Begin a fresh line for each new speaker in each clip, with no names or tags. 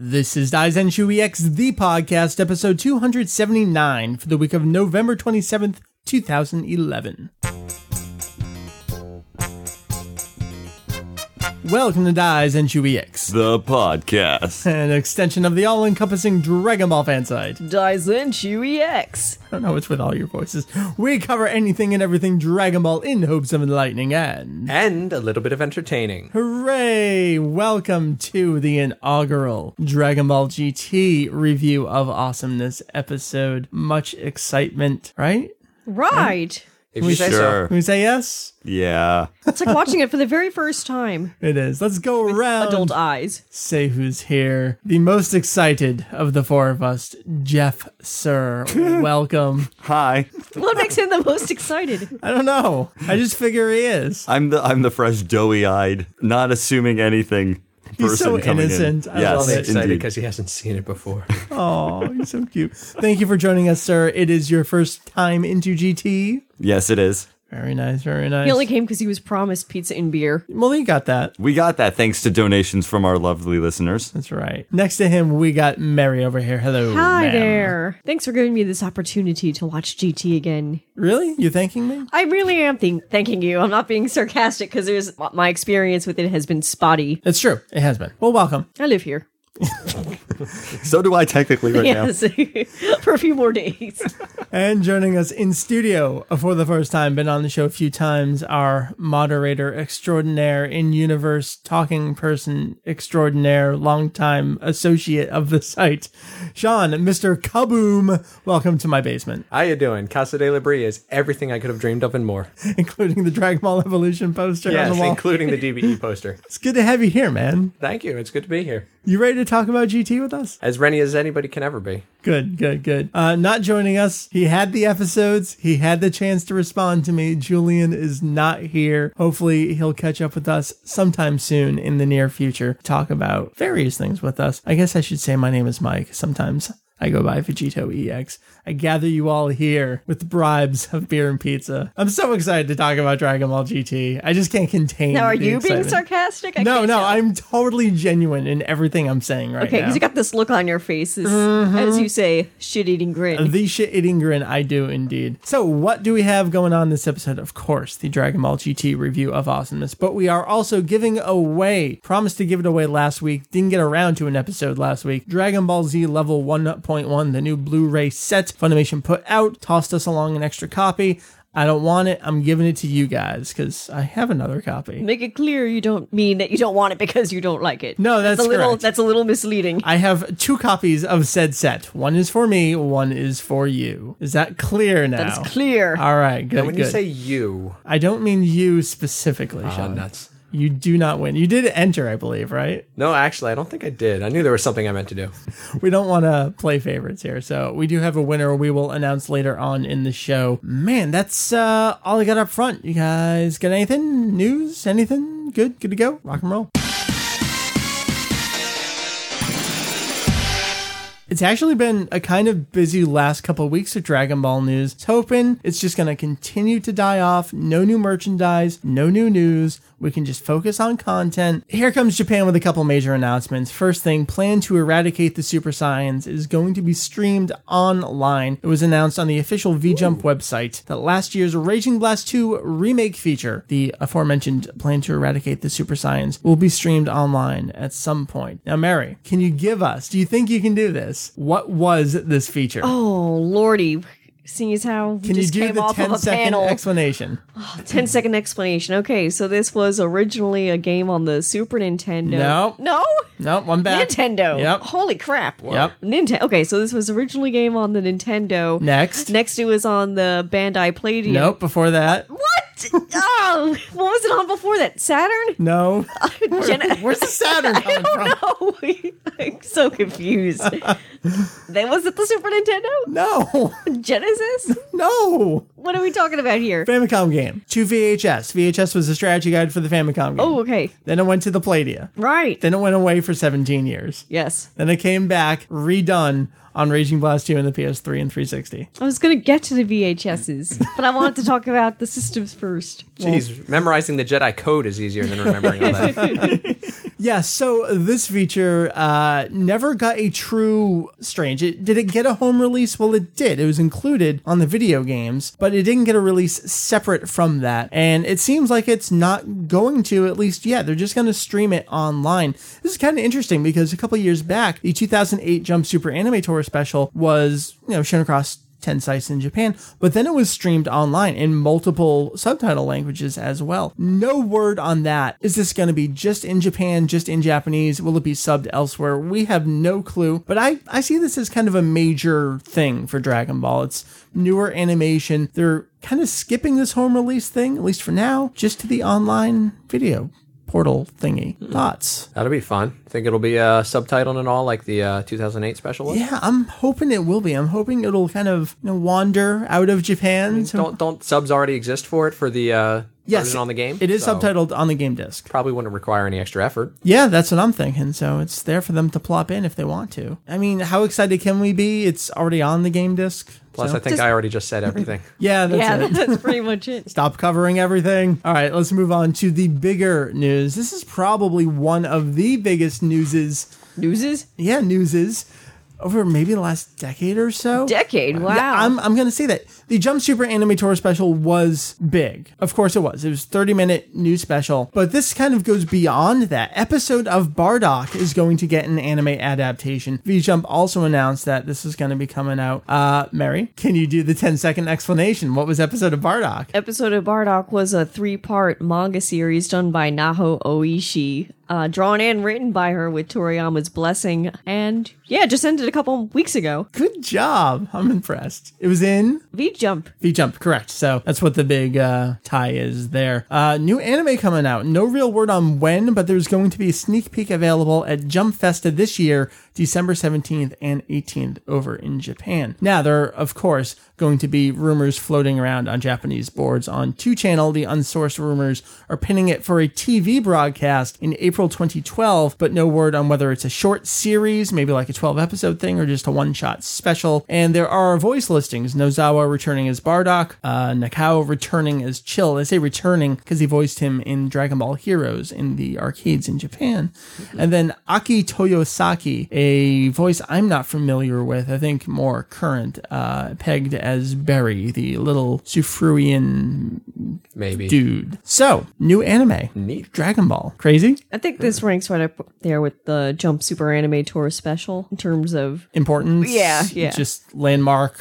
This is Daisen Shu EX, the podcast, episode 279 for the week of November 27th, 2011. Welcome to Daisen Shu EX,
The podcast.
an extension of the all encompassing Dragon Ball fan site.
Dyson Chewy X.
I don't know what's with all your voices. We cover anything and everything Dragon Ball in hopes of enlightening and.
and a little bit of entertaining.
Hooray! Welcome to the inaugural Dragon Ball GT review of awesomeness episode. Much excitement, right?
Right.
If you say
Sure.
Can we say yes?
Yeah.
It's like watching it for the very first time.
It is. Let's go around.
Adult eyes.
Say who's here. The most excited of the four of us, Jeff Sir. Welcome.
Hi.
What makes him the most excited?
I don't know. I just figure he is.
I'm the I'm the fresh, doughy-eyed, not assuming anything person
He's so
coming
innocent.
in.
I
yes,
love it.
excited
indeed.
because he hasn't seen it before.
Oh, he's so cute. Thank you for joining us, sir. It is your first time into GT.
Yes, it is.
Very nice, very nice.
He only came because he was promised pizza and beer.
well, he got that.
We got that thanks to donations from our lovely listeners.
That's right. Next to him, we got Mary over here. Hello.
Hi
ma'am.
there. Thanks for giving me this opportunity to watch GT again.
Really? You thanking me?
I really am thank- thanking you. I'm not being sarcastic because there's my experience with it has been spotty.
It's true. It has been. Well, welcome.
I live here.
So do I technically right
yes. for a few more days.
And joining us in studio for the first time, been on the show a few times, our moderator extraordinaire, in universe talking person extraordinaire, longtime associate of the site, Sean, Mr. Kaboom. Welcome to my basement,
How you doing? Casa de Libri is everything I could have dreamed of and more.
including the Dragon Ball Evolution poster on
Yes,
the wall.
including the DBE poster.
it's good to have you here, man.
Thank you. It's good to be here.
You ready to talk about GT with us?
As renny as anybody can ever be.
Good, good, good. Uh, not joining us. He had the episodes. He had the chance to respond to me. Julian is not here. Hopefully, he'll catch up with us sometime soon in the near future. Talk about various things with us. I guess I should say my name is Mike. Sometimes I go by Vegito EX. I gather you all here with bribes of beer and pizza. I'm so excited to talk about Dragon Ball GT. I just can't contain.
Now, are
the
you being
excitement.
sarcastic? I
No,
can't
no,
tell.
I'm totally genuine in everything I'm saying right
Okay,
now.
because you got this look on your face as,
Mm-hmm.
as you say, shit eating grin.
The shit eating grin, I do indeed. So, what do we have going on this episode? Of course, the Dragon Ball GT review of awesomeness, but we are also giving away, promised to give it away last week, didn't get around to an episode last week. Dragon Ball Z Level 1.1, the new Blu ray set Funimation put out, tossed us along an extra copy. I don't want it. I'm giving it to you guys because I have another copy.
Make it clear you don't mean that you don't want it because you don't like it.
No, that's
a little
correct.
that's a little misleading.
I have two copies of said set. One is for me, one is for you. Is that clear now?
That's clear.
All right, good.
When
good.
you say you,
I don't mean you specifically,
ah,
Sean.
nuts.
You do not win. You did enter, I believe, right?
No, actually, I don't think I did. I knew there was something I meant to do.
We don't want to play favorites here. So we do have a winner we will announce later on in the show. Man, that's uh, all I got up front. You guys got anything? News? Anything? Good? Good to go? Rock and roll. It's actually been a kind of busy last couple of weeks of Dragon Ball news. It's hoping it's just going to continue to die off. No new merchandise, no new news. We can just focus on content. Here comes Japan with a couple major announcements. First thing, plan to eradicate the Super Saiyans is going to be streamed online. It was announced on the official V Jump website that last year's Raging Blast 2 remake feature, the aforementioned plan to eradicate the Super Saiyans, will be streamed online at some point. Now, Mary, can you give us, do you think you can do this? What was this feature?
oh lordy. Seeing as how we
can you
just
do
came
the
off of
10
a
second
panel.
explanation?
10 second explanation. Okay, so this was originally a game on the Super Nintendo.
No.
No?
No, one back.
Nintendo.
Yep.
Holy crap.
Yep.
Nintendo. Okay, so this was originally a game on the Nintendo.
Next.
Next it was on the Bandai Palladium.
Nope, before that.
What? oh, what was it on before that? Saturn?
No.
Gen-
Where's the Saturn coming from?
no, Oh, I'm so confused. then was it the Super Nintendo?
No.
Genesis?
No.
What are we talking about here?
Famicom game. Two VHS. VHS was the strategy guide for the Famicom game.
Oh, okay.
Then it went to the Pladia.
Right.
Then it went away for 17 years.
Yes.
Then it came back redone on Raging Blast 2 and the PS3 and 360.
I was going to get to the VHSs, but I wanted to talk about the systems first.
Jeez, memorizing the Jedi code is easier than remembering all that.
Yeah, so this feature uh, never got a true strange. It, did it get a home release? Well, it did. It was included on the video games, but it didn't get a release separate from that. And it seems like it's not going to, at least yet. They're just going to stream it online. This is kind of interesting because a couple years back, the 2008 Jump Super Anime Tour special was, you know, shown across 10 sites in Japan, but then it was streamed online in multiple subtitle languages as well. No word on that. Is this going to be just in Japan, just in Japanese? Will it be subbed elsewhere? We have no clue, but I, I see this as kind of a major thing for Dragon Ball. It's newer animation. They're kind of skipping this home release thing, at least for now, just to the online video portal thingy. Thoughts?
That'll be fun. Think it'll be uh, subtitled and all, like the uh, 2008 special was.
Yeah, I'm hoping it will be. I'm hoping it'll kind of you know, wander out of Japan. to-
Don't don't subs already exist for it for the uh,
yes,
version on the game?
It is
So,
subtitled on the game disc.
Probably wouldn't require any extra effort.
Yeah, that's what I'm thinking. So it's there for them to plop in if they want to. I mean, how excited can we be? It's already on the game disc.
Plus,
so-
I think I already just said everything.
yeah, that's
yeah,
it.
that's pretty much it.
Stop covering everything. All right, let's move on to the bigger news. This is probably one of the biggest newses.
Newses?
Yeah, newses over maybe the last decade or so.
Decade. Wow.
Yeah, I'm, I'm going to say that the Jump Super Anime Tour special was big. Of course it was. It was 30 minute new special, but this kind of goes beyond that. Episode of Bardock is going to get an anime adaptation. V Jump also announced that this is going to be coming out. Uh, Mary, can you do the 10 second explanation? What was episode of Bardock?
episode of Bardock was a three part manga series done by Naho Oishi, uh, drawn and written by her with Toriyama's blessing, and yeah, just ended a couple weeks ago.
Good job. I'm impressed. It was in
V Jump.
V jump, correct. So that's what the big uh, tie is there. Uh, new anime coming out. No real word on when, but there's going to be a sneak peek available at Jump Festa this year, December 17th and 18th over in Japan. Now, there are, of course, going to be rumors floating around on Japanese boards. On 2channel, the unsourced rumors are pinning it for a TV broadcast in April 2012, but no word on whether it's a short series, maybe like a 12 episode thing, or just a one shot special. And there are voice listings Nozawa returning as Bardock, uh, Nakao returning as Chill. I say returning because he voiced him in Dragon Ball Heroes in the arcades in Japan. And then Aki Toyosaki, a voice I'm not familiar with, I think more current, uh, pegged as Berry, the little Sufruian
Maybe.
dude. So, new anime.
Neat.
Dragon Ball. Crazy?
I think this ranks right up there with the Jump Super Anime Tour special in terms of
importance.
Yeah, yeah.
Just landmark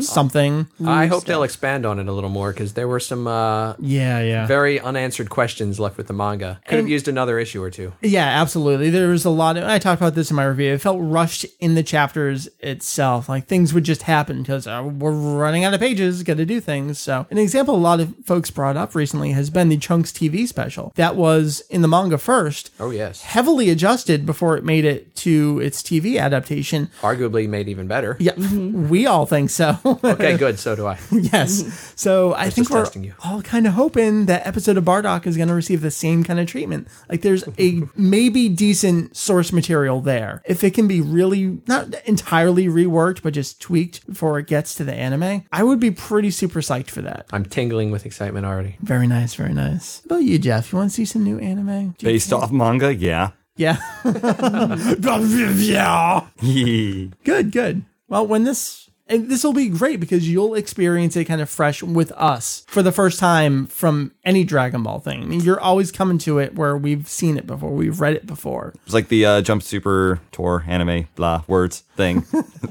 something.
I hope they'll expand on it a little more because there were some uh,
Yeah, yeah.
very unanswered questions left with the manga. Could have used another issue or two.
yeah, absolutely. There was a lot of, I talked about this in my review. It felt rushed in the chapters itself. Like things would just happen because uh, we're running out of pages, got to do things. So, an example a lot of folks brought up recently has been the Chunks TV special. That was in the manga first.
Oh, yes.
Heavily adjusted before it made it to its TV adaptation.
Arguably made even better.
Yeah, we all think so.
Okay, good. So do I.
Yes. So I think
just
we're
testing you.
all kind of hoping that episode of Bardock is going to receive the same kind of treatment. Like there's a maybe decent source material there. If it can be really not entirely reworked, but just tweaked before it gets to the anime, I would be pretty super psyched for that.
I'm tingling with excitement already.
Very nice, very nice. How about you, Jeff? You want to see some new anime? Do you-
Based off manga, yeah.
Yeah. yeah.
yeah,
Good, good. Well, when this and this will be great because you'll experience it kind of fresh with us for the first time from any Dragon Ball thing. I mean, you're always coming to it where we've seen it before, we've read it before.
It's like the uh, Jump Super Tour anime, blah, words thing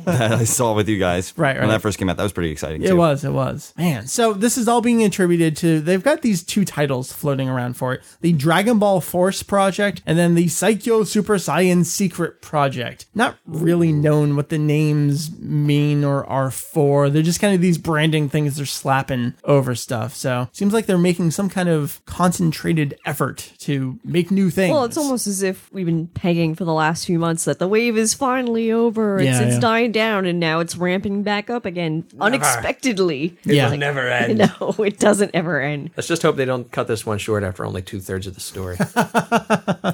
that I saw with you guys.
Right,
When
right.
that first came out, that was pretty exciting.
It
too.
was, it was. Man, so this is all being attributed to they've got these two titles floating around for it. The Dragon Ball Force Project and then the Psycho Super Saiyan Secret Project. Not really known what the names mean or are for. They're just kind of these branding things they're slapping over stuff. So seems like they're making some kind of concentrated effort to make new things.
Well, it's almost as if we've been pegging for the last few months that the wave is finally over. It's,
Yeah,
it's
yeah.
dying down, and now it's ramping back up again unexpectedly.
yeah.
Never end.
No, it doesn't ever end.
Let's just hope they don't cut this one short after only two thirds of the story.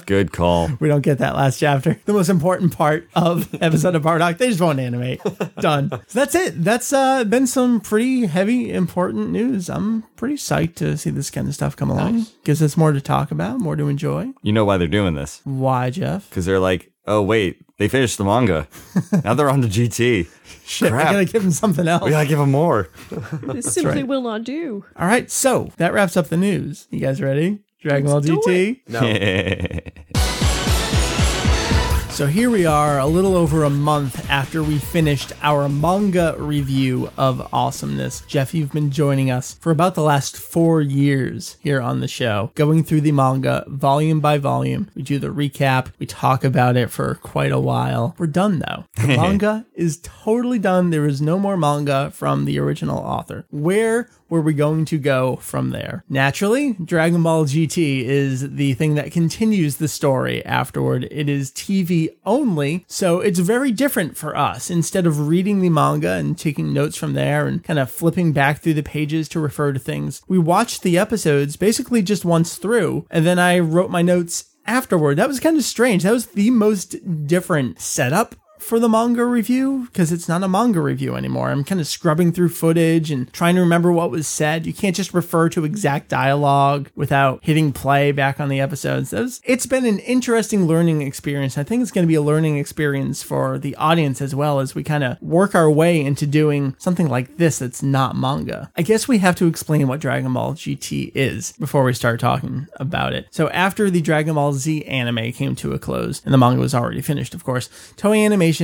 Good call.
We don't get that last chapter. The most important part of episode of Bardock, they just won't animate. Done. So that's that's it. That's uh, been some pretty heavy, important news. I'm pretty psyched to see this kind of stuff come along. Gives us more to talk about, more to enjoy.
You know why they're doing this?
Why, Jeff?
Because they're like, oh, wait, they finished the manga. now they're on to GT.
Shit,
Crap.
I gotta give him something else.
We gotta give them more.
This simply
right.
will not do.
All right, so that wraps up the news. You guys ready? Dragon Ball
do
GT.
No.
So here we are, a little over a month after we finished our manga review of Awesomeness. Jeff, you've been joining us for about the last four years here on the show, going through the manga volume by volume. We do the recap, we talk about it for quite a while. We're done though. The manga is totally done. There is no more manga from the original author. Where were we going to go from there? Naturally, Dragon Ball GT is the thing that continues the story afterward. It is TV only, so it's very different for us. Instead of reading the manga and taking notes from there and kind of flipping back through the pages to refer to things, we watched the episodes basically just once through, and then I wrote my notes afterward. That was kind of strange. That was the most different setup for the manga review because it's not a manga review anymore. I'm kind of scrubbing through footage and trying to remember what was said. You can't just refer to exact dialogue without hitting play back on the episodes. That was- it's been an interesting learning experience. I think it's going to be a learning experience for the audience as well as we kind of work our way into doing something like this that's not manga. I guess we have to explain what Dragon Ball GT is before we start talking about it. So after the Dragon Ball Z anime came to a close and the manga was already finished, of course, Toei Animation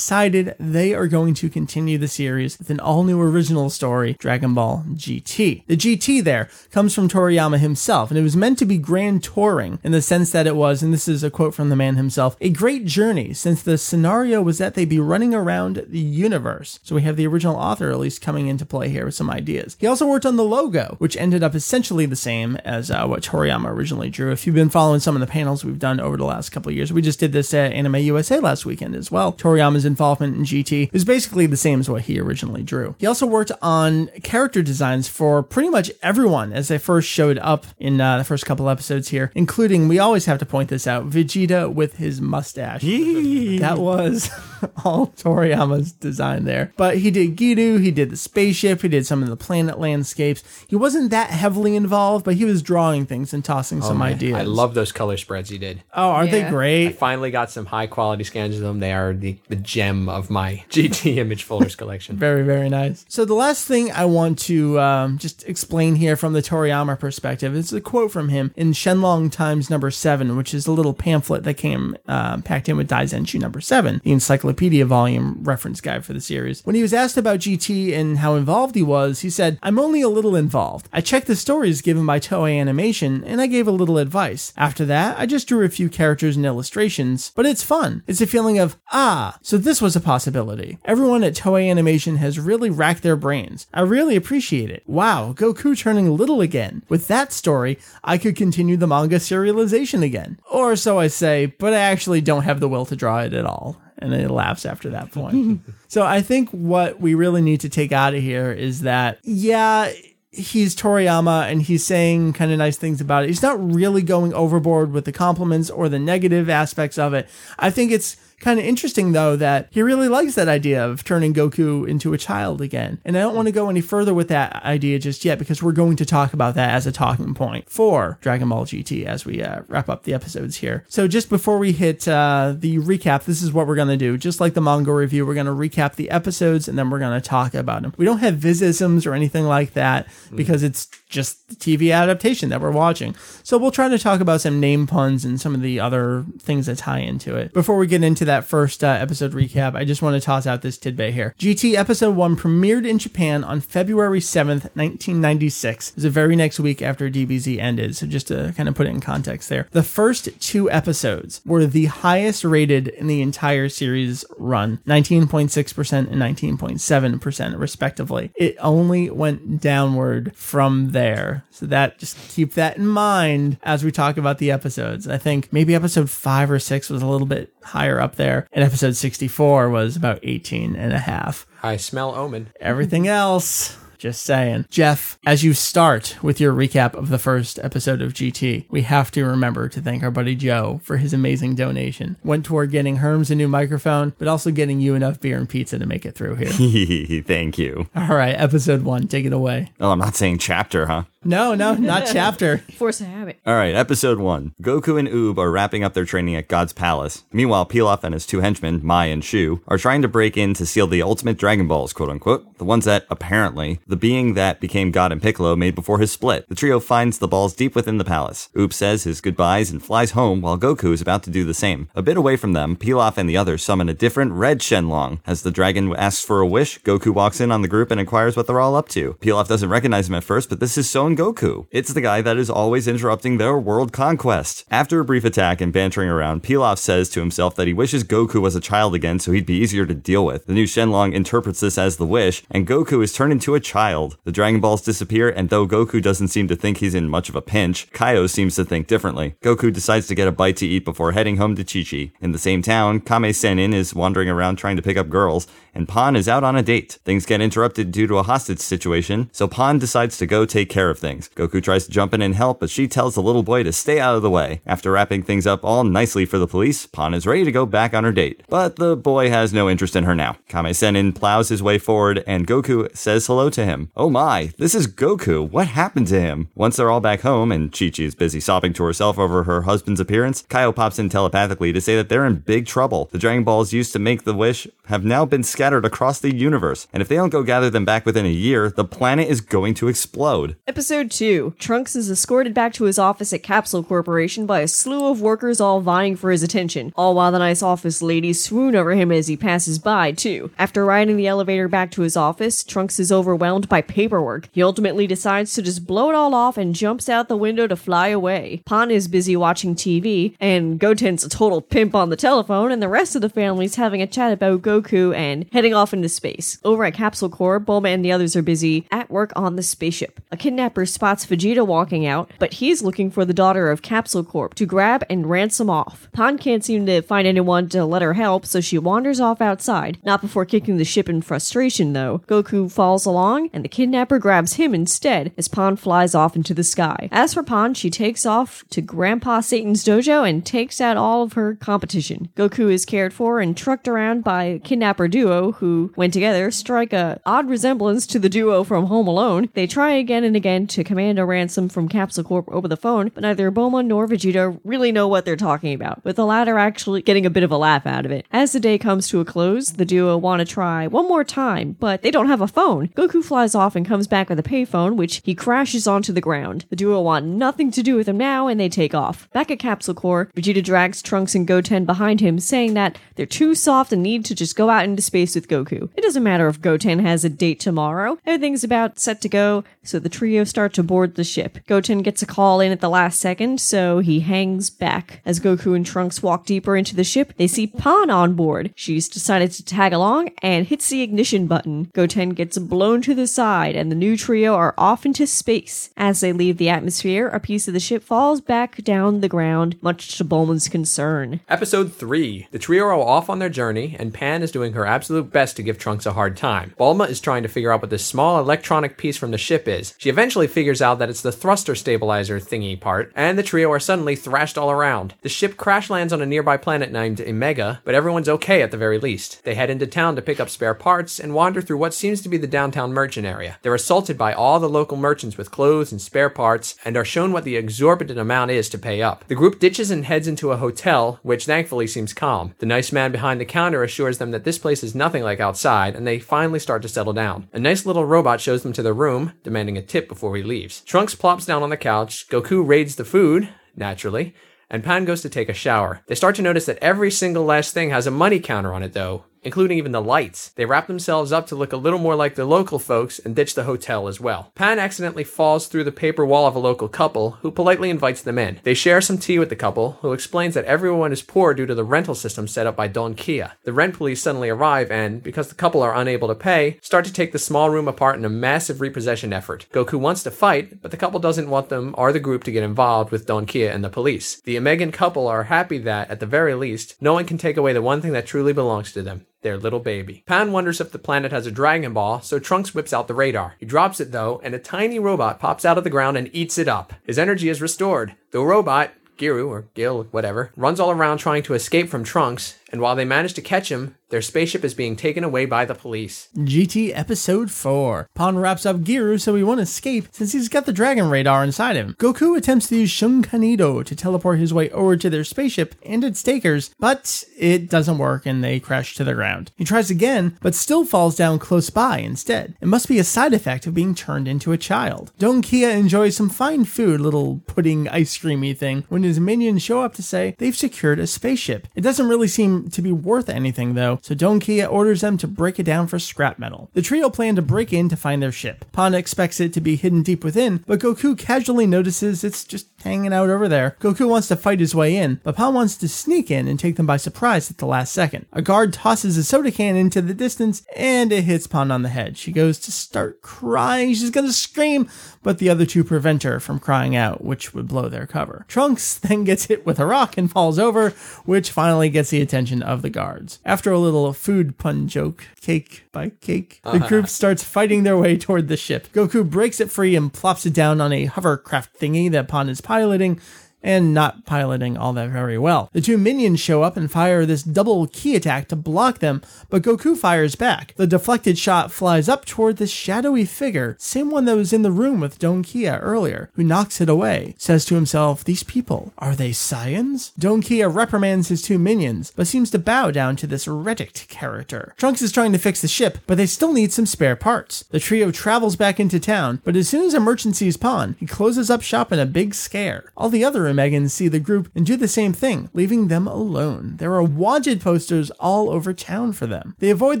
decided they are going to continue the series with an all new original story, Dragon Ball GT. The GT there comes from Toriyama himself, and it was meant to be grand touring in the sense that it was, and this is a quote from the man himself, a great journey since the scenario was that they'd be running around the universe. So we have the original author at least coming into play here with some ideas. He also worked on the logo, which ended up essentially the same as uh, what Toriyama originally drew. If you've been following some of the panels we've done over the last couple of years, we just did this at Anime USA last weekend as well. Toriyama's involvement in GT is basically the same as what he originally drew. He also worked on character designs for pretty much everyone as they first showed up in uh, the first couple episodes here, including, we always have to point this out, Vegeta with his mustache. That was all Toriyama's design there. But he did Giru, he did the spaceship, he did some of the planet landscapes. He wasn't that heavily involved, but he was drawing things and tossing some ideas.
Oh, I love those color spreads he did.
Oh, aren't they
Yeah.
I
great?
finally got some high quality scans of them. They are the, the gem of my GT image folders collection.
Very, very nice. So, the last thing I want to um, just explain here from the Toriyama perspective is a quote from him in Shenlong Times number seven, which is a little pamphlet that came uh, packed in with Daizenshu number seven, the encyclopedia volume reference guide for the series. When he was asked about GT and how involved he was, he said, I'm only a little involved. I checked the stories given by Toei Animation and I gave a little advice. After that, I just drew a few characters and illustrations, but it's fun. It's a feeling of, ah, so this was a possibility. Everyone at Toei Animation has really racked their brains. I really appreciate it. Wow, Goku turning little again. With that story, I could continue the manga serialization again. Or so I say, but I actually don't have the will to draw it at all and it laughs after that point. so I think what we really need to take out of here is that, yeah, he's Toriyama and he's saying kind of nice things about it. He's not really going overboard with the compliments or the negative aspects of it. I think it's kind of interesting though that he really likes that idea of turning Goku into a child again. And I don't want to go any further with that idea just yet because we're going to talk about that as a talking point for Dragon Ball GT as we uh, wrap up the episodes here. So just before we hit uh, the recap, this is what we're going to do. Just like the manga review, we're going to recap the episodes and then we're going to talk about them. We don't have visisms or anything like that because it's just the TV adaptation that we're watching. So we'll try to talk about some name puns and some of the other things that tie into it. Before we get into that first uh, episode recap, I just want to toss out this tidbit here. GT Episode 1 premiered in Japan on February 7th, 1996. It was the very next week after DBZ ended. So just to kind of put it in context there. The first two episodes were the highest rated in the entire series run 19.6% and 19.7% respectively. It only went downward from there. So that just keep that in mind as we talk about the episodes. I think maybe episode 5 or 6 was a little bit higher up there and episode 64 was about 18 and a half.
I smell omen.
Everything else Just saying. Jeff, as you start with your recap of the first episode of GT, we have to remember to thank our buddy Joe for his amazing donation. Went toward getting Herms a new microphone, but also getting you enough beer and pizza to make it through here.
Thank you.
All right, episode one, take it away.
Oh, I'm not saying chapter, huh?
No, no, not chapter.
Force of habit.
All right, episode one. Goku and Oob are wrapping up their training at God's Palace. Meanwhile, Pilaf and his two henchmen, Mai and Shu, are trying to break in to steal the ultimate Dragon Balls, quote unquote, the ones that, apparently, the being that became God and Piccolo made before his split. The trio finds the balls deep within the palace. Oob says his goodbyes and flies home while Goku is about to do the same. A bit away from them, Pilaf and the others summon a different red Shenlong. As the dragon asks for a wish, Goku walks in on the group and inquires what they're all up to. Pilaf doesn't recognize him at first, but this is Son Goku. It's the guy that is always interrupting their world conquest. After a brief attack and bantering around, Pilaf says to himself that he wishes Goku was a child again so he'd be easier to deal with. The new Shenlong interprets this as the wish, and Goku is turned into a child. The Dragon Balls disappear, and though Goku doesn't seem to think he's in much of a pinch, Kaio seems to think differently. Goku decides to get a bite to eat before heading home to Chi Chi. In the same town, Kame Senin is wandering around trying to pick up girls, and Pon is out on a date. Things get interrupted due to a hostage situation, so Pon decides to go take care of things. Goku tries to jump in and help, but she tells the little boy to stay out of the way. After wrapping things up all nicely for the police, Pon is ready to go back on her date, but the boy has no interest in her now. Kame Senin plows his way forward, and Goku says hello to him. Oh my, this is Goku. What happened to him? Once they're all back home, and Chi Chi is busy sobbing to herself over her husband's appearance, Kaio pops in telepathically to say that they're in big trouble. The Dragon Balls used to make the wish have now been scattered across the universe, and if they don't go gather them back within a year, the planet is going to explode.
Episode 2 Trunks is escorted back to his office at Capsule Corporation by a slew of workers all vying for his attention, all while the nice office ladies swoon over him as he passes by, too. After riding the elevator back to his office, Trunks is overwhelmed by paperwork. He ultimately decides to just blow it all off and jumps out the window to fly away. Pon is busy watching TV, and Goten's a total pimp on the telephone, and the rest of the family's having a chat about Goku and heading off into space. Over at Capsule Corps, Bulma and the others are busy at work on the spaceship. A kidnapper spots Vegeta walking out, but he's looking for the daughter of Capsule Corp to grab and ransom off. Pan can't seem to find anyone to let her help, so she wanders off outside, not before kicking the ship in frustration though. Goku falls along, and the kidnapper grabs him instead as Pan flies off into the sky. As for Pan, she takes off to Grandpa Satan's dojo and takes out all of her competition. Goku is cared for and trucked around by a kidnapper duo who, when together, strike a odd resemblance to the duo from Home Alone. They try again and again to command a ransom from Capsule Corp over the phone, but neither Boma nor Vegeta really know what they're talking about, with the latter actually getting a bit of a laugh out of it. As the day comes to a close, the duo want to try one more time, but they don't have a phone. Goku flies off and comes back with a payphone, which he crashes onto the ground. The duo want nothing to do with him now, and they take off. Back at Capsule Corp, Vegeta drags Trunks and Goten behind him, saying that they're too soft and need to just go out into space with Goku. It doesn't matter if Goten has a date tomorrow. Everything's about set to go, so the trio start to board the ship. Goten gets a call in at the last second, so he hangs back. As Goku and Trunks walk deeper into the ship, they see Pan on board. She's decided to tag along and hits the ignition button. Goten gets blown to the side, and the new trio are off into space. As they leave the atmosphere, a piece of the ship falls back down the ground, much to Bulma's concern.
Episode 3. The trio are off on their journey, and Pan is doing her absolute best to give Trunks a hard time. Bulma is trying to figure out what this small electronic piece from the ship is. She eventually figures out that it's the thruster stabilizer thingy part, and the trio are suddenly thrashed all around. The ship crash lands on a nearby planet named Omega, but everyone's okay at the very least. They head into town to pick up spare parts and wander through what seems to be the downtown merchant area. They're assaulted by all the local merchants with clothes and spare parts, and are shown what the exorbitant amount is to pay up. The group ditches and heads into a hotel, which thankfully seems calm. The nice man behind the counter assures them that this place is nothing like outside, and they finally start to settle down. A nice little robot shows them to their room, demanding a tip before he leaves. Trunks plops down on the couch, Goku raids the food, naturally, and Pan goes to take a shower. They start to notice that every single last thing has a money counter on it, though, including even the lights. They wrap themselves up to look a little more like the local folks and ditch the hotel as well. Pan accidentally falls through the paper wall of a local couple, who politely invites them in. They share some tea with the couple, who explains that everyone is poor due to the rental system set up by Don Kia. The rent police suddenly arrive and, because the couple are unable to pay, start to take the small room apart in a massive repossession effort. Goku wants to fight, but the couple doesn't want them or the group to get involved with Don Kia and the police. The Omegan couple are happy that, at the very least, no one can take away the one thing that truly belongs to them their little baby. Pan wonders if the planet has a Dragon Ball, so Trunks whips out the radar. He drops it though, and a tiny robot pops out of the ground and eats it up. His energy is restored. The robot, Giru or Gil, whatever, runs all around trying to escape from Trunks, and while they manage to catch him, their spaceship is being taken away by the police.
GT Episode 4. Pon wraps up Giru so he won't escape since he's got the dragon radar inside him. Goku attempts to use Shunkanido to teleport his way over to their spaceship and its takers, but it doesn't work and they crash to the ground. He tries again, but still falls down close by instead. It must be a side effect of being turned into a child. Don Kia enjoys some fine food, little pudding ice creamy thing, when his minions show up to say they've secured a spaceship. It doesn't really seem to be worth anything though, so Don Kia orders them to break it down for scrap metal. The trio plan to break in to find their ship. Panda expects it to be hidden deep within, but Goku casually notices it's just hanging out over there. Goku wants to fight his way in, but Pan wants to sneak in and take them by surprise at the last second. A guard tosses a soda can into the distance and it hits Pan on the head. She goes to start crying. She's gonna scream, but the other two prevent her from crying out, which would blow their cover. Trunks then gets hit with a rock and falls over, which finally gets the attention of the guards. After a little food pun joke, cake by cake, the group starts fighting their way toward the ship. Goku breaks it free and plops it down on a hovercraft thingy that Pon is piloting and not piloting all that very well. The two minions show up and fire this double key attack to block them, but Goku fires back. The deflected shot flies up toward this shadowy figure, same one that was in the room with Don Kia earlier, who knocks it away, says to himself, These people, are they Saiyans? Don Kia reprimands his two minions, but seems to bow down to this Reddict character. Trunks is trying to fix the ship, but they still need some spare parts. The trio travels back into town, but as soon as Emergency sees Pawn, he closes up shop in a big scare. All the other Omegans see the group and do the same thing, leaving them alone. There are wanted posters all over town for them. They avoid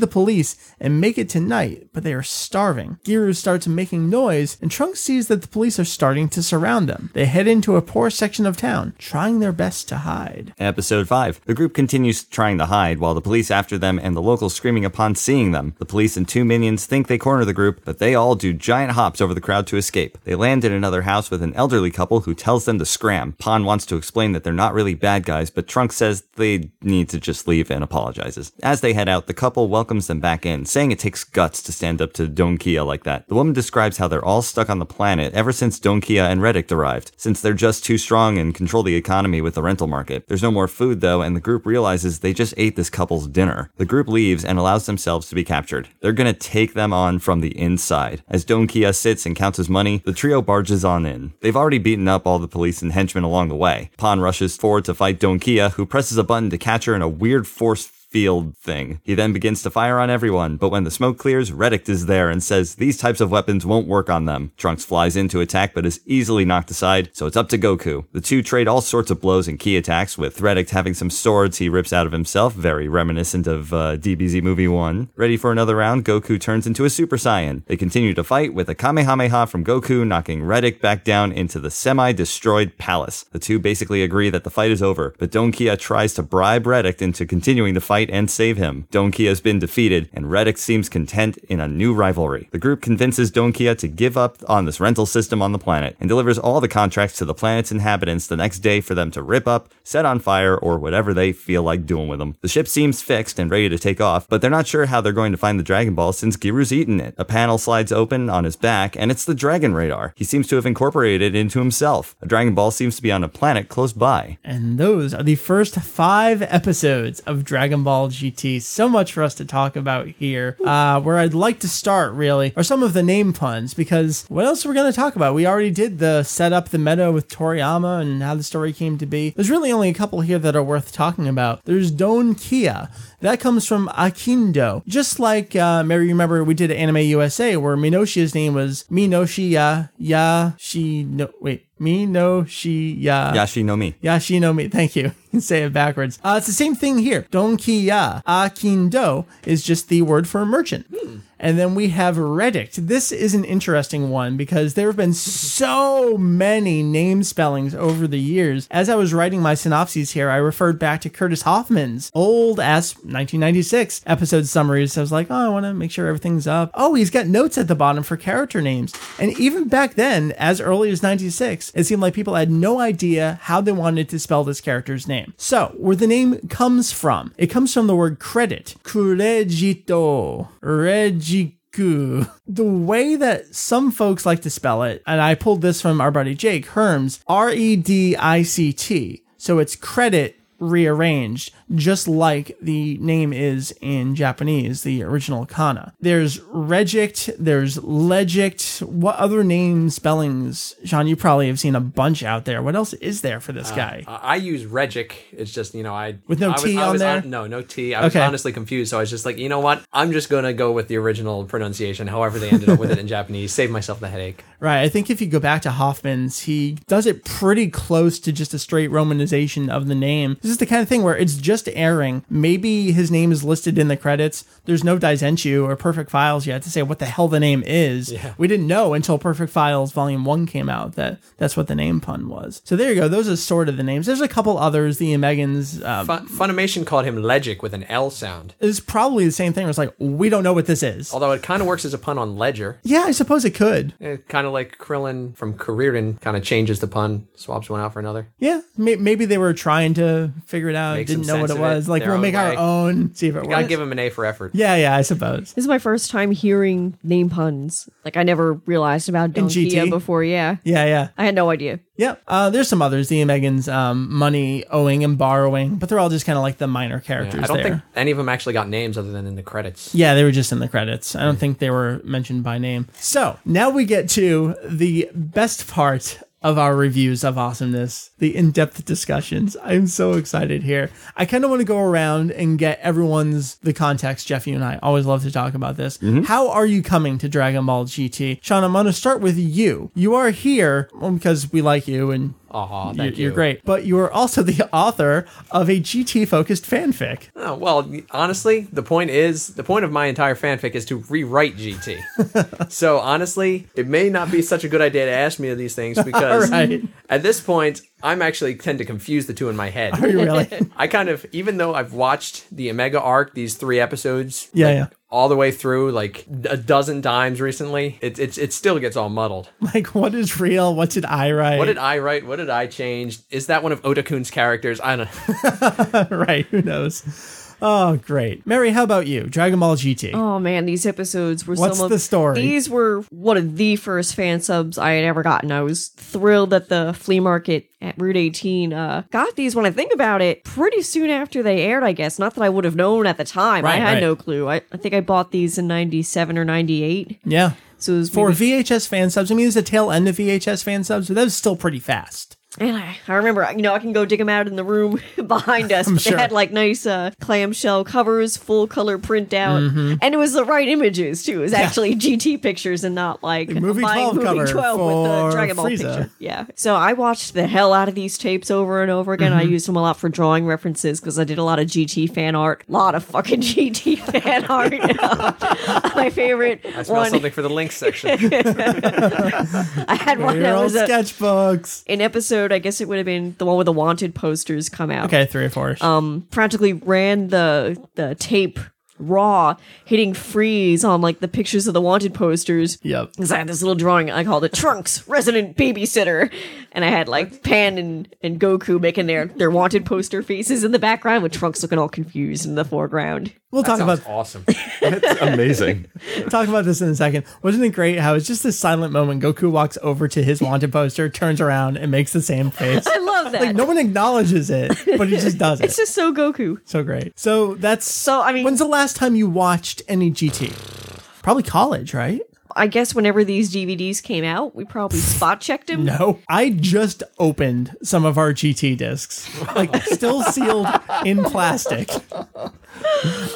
the police and make it to night, but they are starving. Giru starts making noise, and Trunks sees that the police are starting to surround them. They head into a poor section of town, trying their best to hide.
Episode 5. The group continues trying to hide while the police after them and the locals screaming upon seeing them. The police and two minions think they corner the group, but they all do giant hops over the crowd to escape. They land in another house with an elderly couple who tells them to scram. Pon wants to explain that they're not really bad guys, but Trunks says they need to just leave and apologizes. As they head out, the couple welcomes them back in, saying it takes guts to stand up to Don Kia like that. The woman describes how they're all stuck on the planet ever since Don Kia and Reddick arrived, since they're just too strong and control the economy with the rental market. There's no more food though, and the group realizes they just ate this couple's dinner. The group leaves and allows themselves to be captured. They're gonna take them on from the inside. As Don Kia sits and counts his money, the trio barges on in. They've already beaten up all the police and henchmen along the way. Pon rushes forward to fight Don Kia, who presses a button to catch her in a weird force field thing. He then begins to fire on everyone, but when the smoke clears, Reddick is there and says these types of weapons won't work on them. Trunks flies in to attack but is easily knocked aside, so it's up to Goku. The two trade all sorts of blows and key attacks, with Reddick having some swords he rips out of himself, very reminiscent of uh, DBZ Movie 1. Ready for another round, Goku turns into a Super Saiyan. They continue to fight with a Kamehameha from Goku knocking Reddick back down into the semi-destroyed palace. The two basically agree that the fight is over, but Don Kia tries to bribe Reddick into continuing the fight and save him. Don Kia has been defeated, and Reddick seems content in a new rivalry. The group convinces Don Kia to give up on this rental system on the planet and delivers all the contracts to the planet's inhabitants the next day for them to rip up, set on fire, or whatever they feel like doing with them. The ship seems fixed and ready to take off, but they're not sure how they're going to find the Dragon Ball since Giru's eaten it. A panel slides open on his back, and it's the Dragon Radar. He seems to have incorporated it into himself. A Dragon Ball seems to be on a planet close by.
And those are the first five episodes of Dragon Ball GT. So much for us to talk about here. Uh, where I'd like to start, really, are some of the name puns, because what else are we going to talk about? We already did the setup, the meta with Toriyama, and how the story came to be. There's really only a couple here that are worth talking about. There's Don Kia. That comes from Akindo. Just like, uh, Mary, you remember we did Anime USA, where Minoshi's name was Minoshi Ya, Ya, Shi, no, wait. Minoshi Ya.
Yashinomi.
Yashinomi, thank you. Say it backwards. Uh, it's the same thing here. Donkiya, Akindo is just the word for merchant. And then we have Reddict. This is an interesting one because there have been so many name spellings over the years. As I was writing my synopses here, I referred back to Curtis Hoffman's old ass 1996 episode summaries. I was like, oh, I want to make sure everything's up. Oh, he's got notes at the bottom for character names. And even back then, as early as 96, it seemed like people had no idea how they wanted to spell this character's name. So, where the name comes from, it comes from the word credit, kuregito, regiku. Goo. The way that some folks like to spell it, and I pulled this from our buddy Jake Herms, R E D I C T. So it's credit rearranged, just like the name is in Japanese, the original kana. There's regict, there's legict. What other name spellings, Sean? You probably have seen a bunch out there. What else is there for this guy?
Uh, I I use Regic. It's just you know I
With no
I was-
T
I
on
was
there?
no, no T. I was
Okay.
honestly confused, so I was just like, you know what? I'm just gonna go with the original pronunciation, however they ended up with it in Japanese. Save myself the headache.
Right. I think if you go back to Hoffman's, he does it pretty close to just a straight romanization of the name. This is the kind of thing where it's just airing. Maybe his name is listed in the credits. There's no Daisenchu or Perfect Files yet to say what the hell the name is. We didn't know until Perfect Files Volume 1 came out that that's what the name pun was. So there you go. Those are sort of the names. There's a couple others. The Megans. Uh,
Fun- Funimation called him Legic with an L sound,
it's probably the same thing. where It's like, we don't know what this is.
although it kind of works as a pun on ledger.
Yeah, I suppose it could.
It kind of like Krillin from Kuririn, kind of changes the pun, swaps one out for another.
Yeah, may- maybe they were trying to figure it out,
Make
didn't
some
know what it
sense of it
was. like,
their
we'll
own
make our
way.
own, see if it
Gotta
works.
give him an A for effort.
yeah, yeah, I suppose.
This is my first time hearing name puns. Like I never realized about Don
GT?
Kia before. Yeah,
Yeah, yeah,
I had no idea.
yeah. Uh, there's some others, the Megan's um, money owing and borrowing, but they're all just kind of like the minor characters
I don't
there.
think any of them actually got names other than in the credits.
yeah, they were just in the credits. I don't think they were mentioned by name. So now we get to the best part of our reviews of awesomeness, the in depth discussions. I'm so excited here. I kind of want to go around and get everyone's the context. Jeff, you and I always love to talk about this. How are you coming to Dragon Ball GT? Sean, I'm going to start with you. You are here well, because we like you and
Aw,
you're,
thank
you're great, but you are also the author of a GT focused fanfic.
Oh, well, honestly, the point is the point of my entire fanfic is to rewrite GT. so honestly, it may not be such a good idea to ask me these things because
Alright.
at this point, I'm actually tend to confuse the two in my head.
Are you really?
I kind of, even though I've watched the Omega arc, these three episodes,
Yeah,
like,
yeah.
all the way through, like a dozen times recently, it, it, it still gets all muddled.
like, what is real? What did I write?
What did I write? What did I change? Is that one of Oda Kun's characters? I don't
right? Who knows? Oh, great. Mary, how about you? Dragon Ball GT.
Oh man, these episodes were
What's
some of
the story?
These were one of the first fan subs I had ever gotten. I was thrilled that the flea market at Route 18 uh, got these when I think about it pretty soon after they aired, I guess. Not that I would have known at the time. I
Right,
had
right.
no clue. I, I think I bought these in 97 or 98.
Yeah.
So it was
For
maybe-
VHS fan subs, I mean, there's a tail end of VHS fan subs, but that was still pretty fast.
And I, I remember, you know, I can go dig them out in the room behind us. But
sure.
they had like nice uh, clamshell covers, full color printout,
Mm-hmm.
and it was the right images too. It was actually GT pictures and not like
Movie
buying
12 cover
movie twelve with
for
the Dragon Ball
Frieza.
picture. Yeah. So I watched the hell out of these tapes over and over again.
Mm-hmm.
I used them a lot for drawing references because I did a lot of GT fan art. A lot of fucking GT fan art. My favorite
I smell
one.
something for the link section.
I had one
Your
that
old
was a,
sketchbooks.
an episode. I guess it would have been the one with the wanted posters come out.
Okay, three or four.
Um, practically ran the the tape raw, hitting freeze on like the pictures of the wanted posters.
yep.
Because I had this little drawing, I called it Trunks, Resident Babysitter. And I had like Pan and, and Goku making their, their wanted poster faces in the background, with Trunks looking all confused in the foreground.
We'll talk about
Sounds awesome.
That's amazing.
talk about this in a second. Wasn't it great how it's just this silent moment? Goku walks over to his wanted poster, turns around, and makes the same face.
I love that.
like no one acknowledges it, but he just does it.
it's just so Goku.
So great. So that's
So, I mean-
when's the last time you watched any GT? Probably college, right?
I guess whenever these DVDs came out, we probably spot checked them.
No, I just opened some of our GT discs, like still sealed in plastic.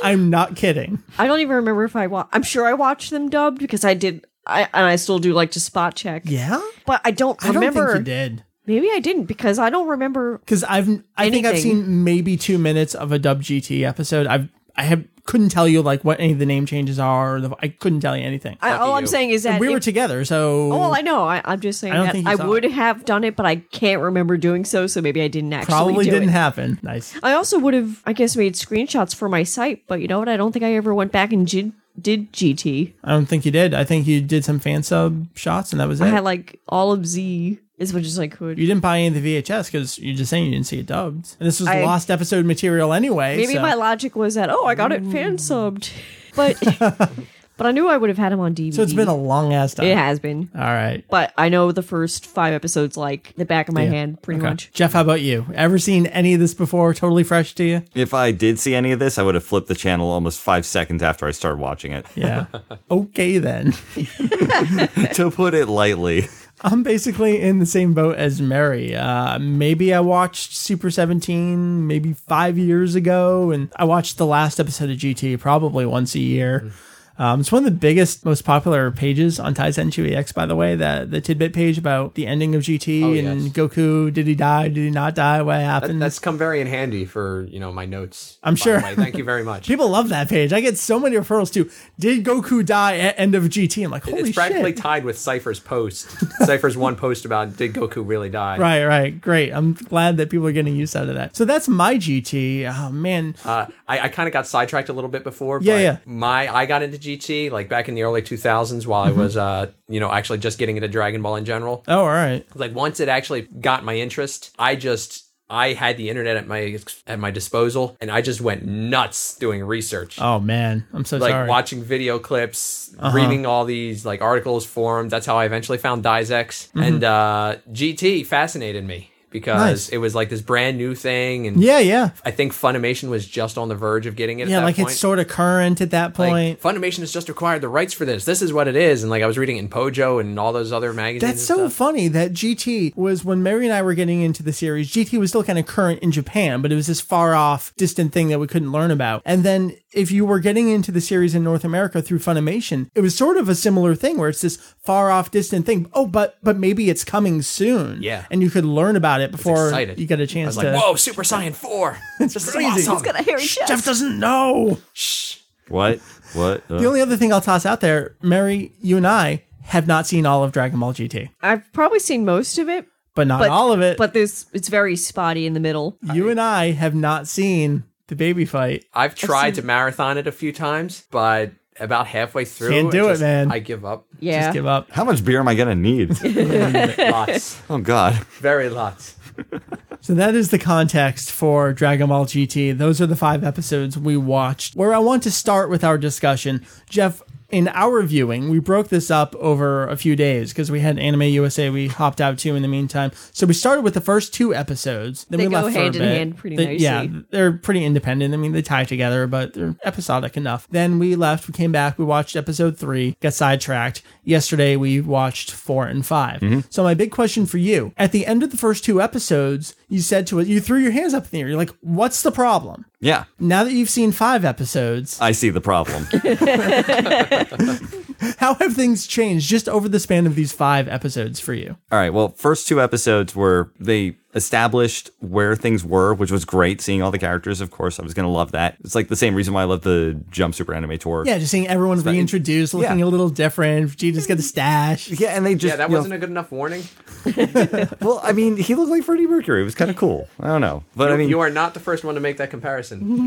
I'm not kidding.
I don't even remember if I watched. I'm sure I watched them dubbed because I did. I, and I still do like to spot check.
Yeah,
But I don't
I don't
remember.
think you did
Maybe I didn't because I don't remember.
because I've I think I've
Anything.
seen maybe two minutes of a dub GT episode. I've I have couldn't tell you like what any of the name changes are. Or the, I couldn't tell you anything.
I, all
Lucky
I'm
you.
saying is that
we
it-
were together, so
Well, I know. I, I'm just saying
I don't
that
think you
I
saw
would
it.
have done it, but I can't remember doing so. So maybe I didn't actually
probably
do
didn't
it.
happen. Nice.
I also would have, I guess, made screenshots for my site. But you know what? I don't think I ever went back and did, did GT.
I don't think you did. I think you did some fan sub shots, and that was it.
I had like all of Z as much as I could.
you didn't buy any of the VHS because you're just saying you didn't see it dubbed. And this was
I-
lost episode material anyway.
Maybe
so-
my logic was that oh, I got it fan subbed, but but I knew I would have had him on DVD.
So it's been a Uh, long ass time.
it has been.
All right.
But I know the first five episodes like the back of my hand, pretty
Okay.
much.
Jeff, how about you? Ever seen any of this before? Totally fresh to you?
If I did see any of this, I would have flipped the channel almost five seconds after I started watching it.
Yeah. okay, then.
to put it lightly,
I'm basically in the same boat as Mary. Uh, maybe I watched Super 17 maybe five years ago, and I watched the last episode of GT probably once a year.
Mm-hmm.
Um, it's one of the biggest, most popular pages on Tizen X, by the way, that the tidbit page about the ending of GT
Oh,
and
yes.
Goku. Did he die? Did he not die? What happened?
That's come very in handy for you know my notes.
I'm
by the
sure.
way. Thank you very much.
People love that page. I get so many referrals to did Goku die at end of GT? I'm like, holy
it's practically
shit.
tied with Cypher's post. Cypher's one post about did Goku really die?
right, right. Great. I'm glad that people are getting use out of that. So that's my GT. Oh man.
Uh, I, I kind of got sidetracked a little bit before.
Yeah,
but
yeah.
My I got into GT like back in the early 2000s while I was uh, you know actually just getting into Dragon Ball in general.
Mm-hmm. Oh, all right.
like once it actually got my interest i just i had the internet at my at my disposal and i just went nuts doing research
Oh man. I'm so
like
sorry. Uh-huh.
watching video clips reading all these like articles forums that's how i eventually found dizex
Mm-hmm.
and uh gt fascinated me because
Nice.
it was like this brand new thing and
yeah, yeah.
i think funimation was just on the verge of getting it at
Yeah,
that
like
point.
it's sort of current at that
Like,
point.
Funimation has just acquired the rights for this. This is what it is, and like I was reading it in Pojo and all those other magazines.
That's
and
so
stuff.
funny that GT was when Mary and I were getting into the series. GT was still kind of current in Japan, but it was this far off, distant thing that we couldn't learn about. And then if you were getting into the series in North America through Funimation, it was sort of a similar thing where it's this far off, distant thing. Oh, but but maybe it's coming soon.
Yeah.
and you could learn about it before
excited.
you get a
I was
chance
like,
to.
"Whoa, Super Saiyan Four! It's just
crazy.
awesome.
It's
Got a hairy chest.
Jeff doesn't know.
what? What? Uh,
The only other thing I'll toss out there, Mary, you and I have not seen all of Dragon Ball GT,
I've probably seen most of it,
but not
but
all of it.
But there's it's very spotty in the middle.
you and I have not seen the baby fight.
I've tried to marathon it a few times, but about halfway through,
Can't do it,
just-
man.
I give up.
Yeah,
Just give up.
how much beer am I gonna need?
Lots,
oh God.
very lots.
So that is the context for Dragon Ball GT. Those are the five episodes we watched. Where I want to start with our discussion, Jeff. In our viewing, we broke this up over a few days because we had Anime USA we hopped out to in the meantime. So we started with the first two episodes. Then
They
we
go
left for a
hand in
bit.
hand pretty
They- Yeah,
nicely.
they're pretty independent. I mean, they tie together, but they're episodic enough. Then we left, we came back, we watched episode three, got sidetracked. Yesterday, we watched four and 5 So, my big question for you at the end of the first two episodes, you said to us, you threw your hands up in the air. You're like, what's the problem?
Yeah,
Now that you've seen five episodes,
I see the problem.
how have things changed just over the span of these five episodes for you?
All right. Well, first two episodes were they established where things were, which was great. Seeing all the characters, of course, I was gonna love that. It's like the same reason why I love the Jump Super Anime Tour.
Yeah, just seeing everyone reintroduced, looking
yeah.
a little different. Vegeta's got a stash.
Yeah, and they just
Yeah, that
you know,
wasn't a good enough warning.
well. I mean, he looked like Freddie Mercury. It was kind of cool. I don't know, but I mean,
you are not the first one to make that comparison.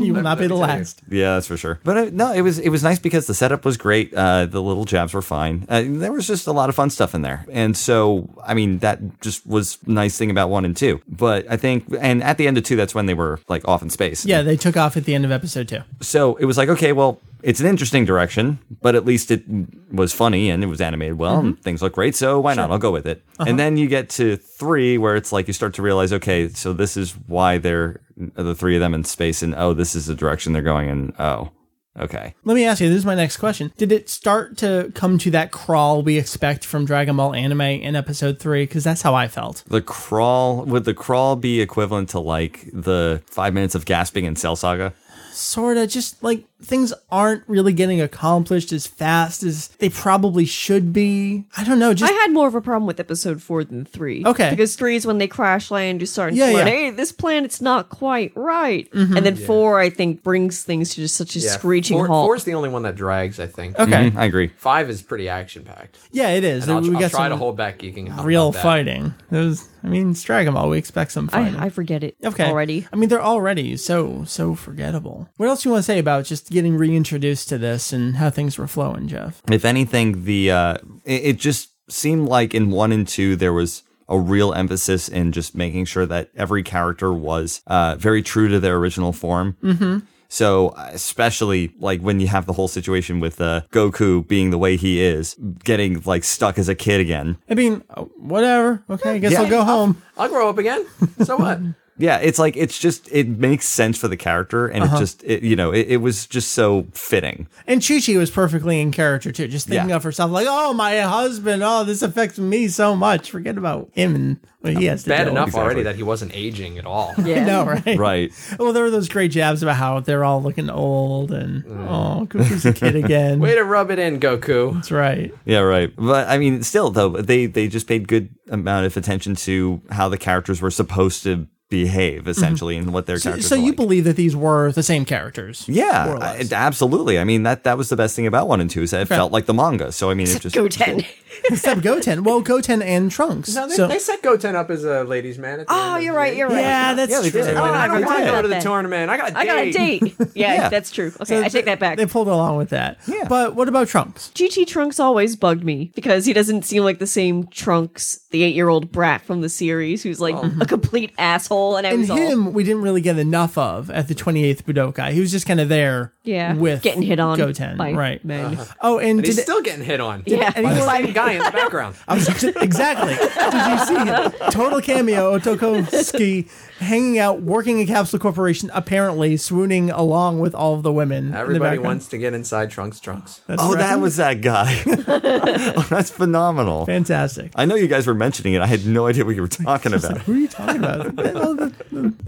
You will not be the
me tell you.
last.
Yeah, that's for sure. But uh, no, it was it was nice because the setup was great. Uh, the little jabs were fine. Uh, there was just a lot of fun stuff in there, and so I mean that just was nice thing about one and two. But I think and at the end of two, that's when they were like off in space.
Yeah, they took off at the end of episode two.
So it was like okay, well, it's an interesting direction, but at least it was funny and it was animated well and things look great. So why not? I'll go with it. And then you get to three where it's like you start to realize okay, so this is why they're the three of them in space, and oh, this is the direction they're going, and oh. Okay.
Let me ask you, this is my next question. Did it start to come to that crawl we expect from Dragon Ball anime in episode three? Because that's how I felt.
The crawl would the crawl be equivalent to like the five minutes of gasping in Cell Saga?
Sort of just like things aren't really getting accomplished as fast as they probably should be. I don't know.
I
Just
had more of a problem with episode four than three.
Okay.
Because three is when they crash land, you start
Yeah,
yeah,
yeah. Mm-hmm.
hey, this planet's not quite right. And then four, I think, brings things to just such a
Yeah,
screeching
four,
halt.
Four's the only one that drags, I think.
okay.
I agree.
Five is pretty action packed.
Yeah, it is.
And I'll,
we
I'll
got
try to
some
hold back geeking out.
real
about that.
fighting. There's, I mean, it's Dragon Ball. We expect some fighting.
I, I forget it
okay.
already.
I mean, they're already so so forgettable. What else you want to say about just getting reintroduced to this and how things were flowing, Jeff?
If anything, the uh, it, it just seemed like in one and two there was a real emphasis in just making sure that every character was uh, very true to their original form. Mm-hmm. So especially like when you have the whole situation with uh, Goku being the way he is, getting like stuck as a kid again.
I mean, uh, whatever. Okay, I guess I'll go home.
I'll grow up again. So what?
Yeah, it's like it's just it makes sense for the character, and it just it, you know it, it was just so fitting.
And Chi Chi was perfectly in character too. Just thinking
Yeah.
of herself, like, oh, my husband. Oh, this affects me so much. Forget about him and what he has to
Bad
deal
enough
with.
already that he wasn't aging at all.
Yeah.
No, right?
Right.
Well, there were those great jabs about how they're all looking old and
Mm.
oh, Goku's a kid again.
Way to rub it in, Goku.
That's right.
Yeah, right. But I mean, still though, they they just paid good amount of attention to how the characters were supposed to behave, essentially, and what their characters.
Mm-hmm. So
were
you
like.
believe that these were the same characters?
Yeah,
More or
I-
less.
absolutely. I mean, that that was the best thing about one and two is that it felt like the manga. So I mean, it just
Go 10.
Except Goten. Well, Goten and Trunks.
No, they,
so,
they set Goten up as a ladies' man. At the
Oh,
end of
you're
the
right.
day.
You're right.
yeah, that's
Yeah, they
true.
did.
Oh, I
I don't
forgot
want to go
about
to the
that.
tournament. I got a date.
I got a date. Yeah,
Yeah.
that's true. Okay, I take that back.
They pulled along with that.
Yeah.
But what about Trunks?
GT Trunks always bugged me because he doesn't seem like the same Trunks, the eight year old brat from the series who's like a complete asshole. And I
And
was all,
him, we didn't really get enough of at the 28th Budokai. He was just kind of there
yeah,
with
getting hit on
Goten.
by
right.
men.
Oh, and,
And
did
he's still getting hit on.
Yeah.
By the same guy in the background.
I was exactly. Did you see it? Total cameo, Otokovsky hanging out, working at Capsule Corporation, apparently swooning along with all of the women. in the
Everybody
background.
wants to get inside Trunks' trunks.
That's
oh,
right.
that was that guy. Oh, that's phenomenal.
fantastic.
I know you guys were mentioning it. I had no idea what you were talking about.
Who are you talking about? That, oh, that-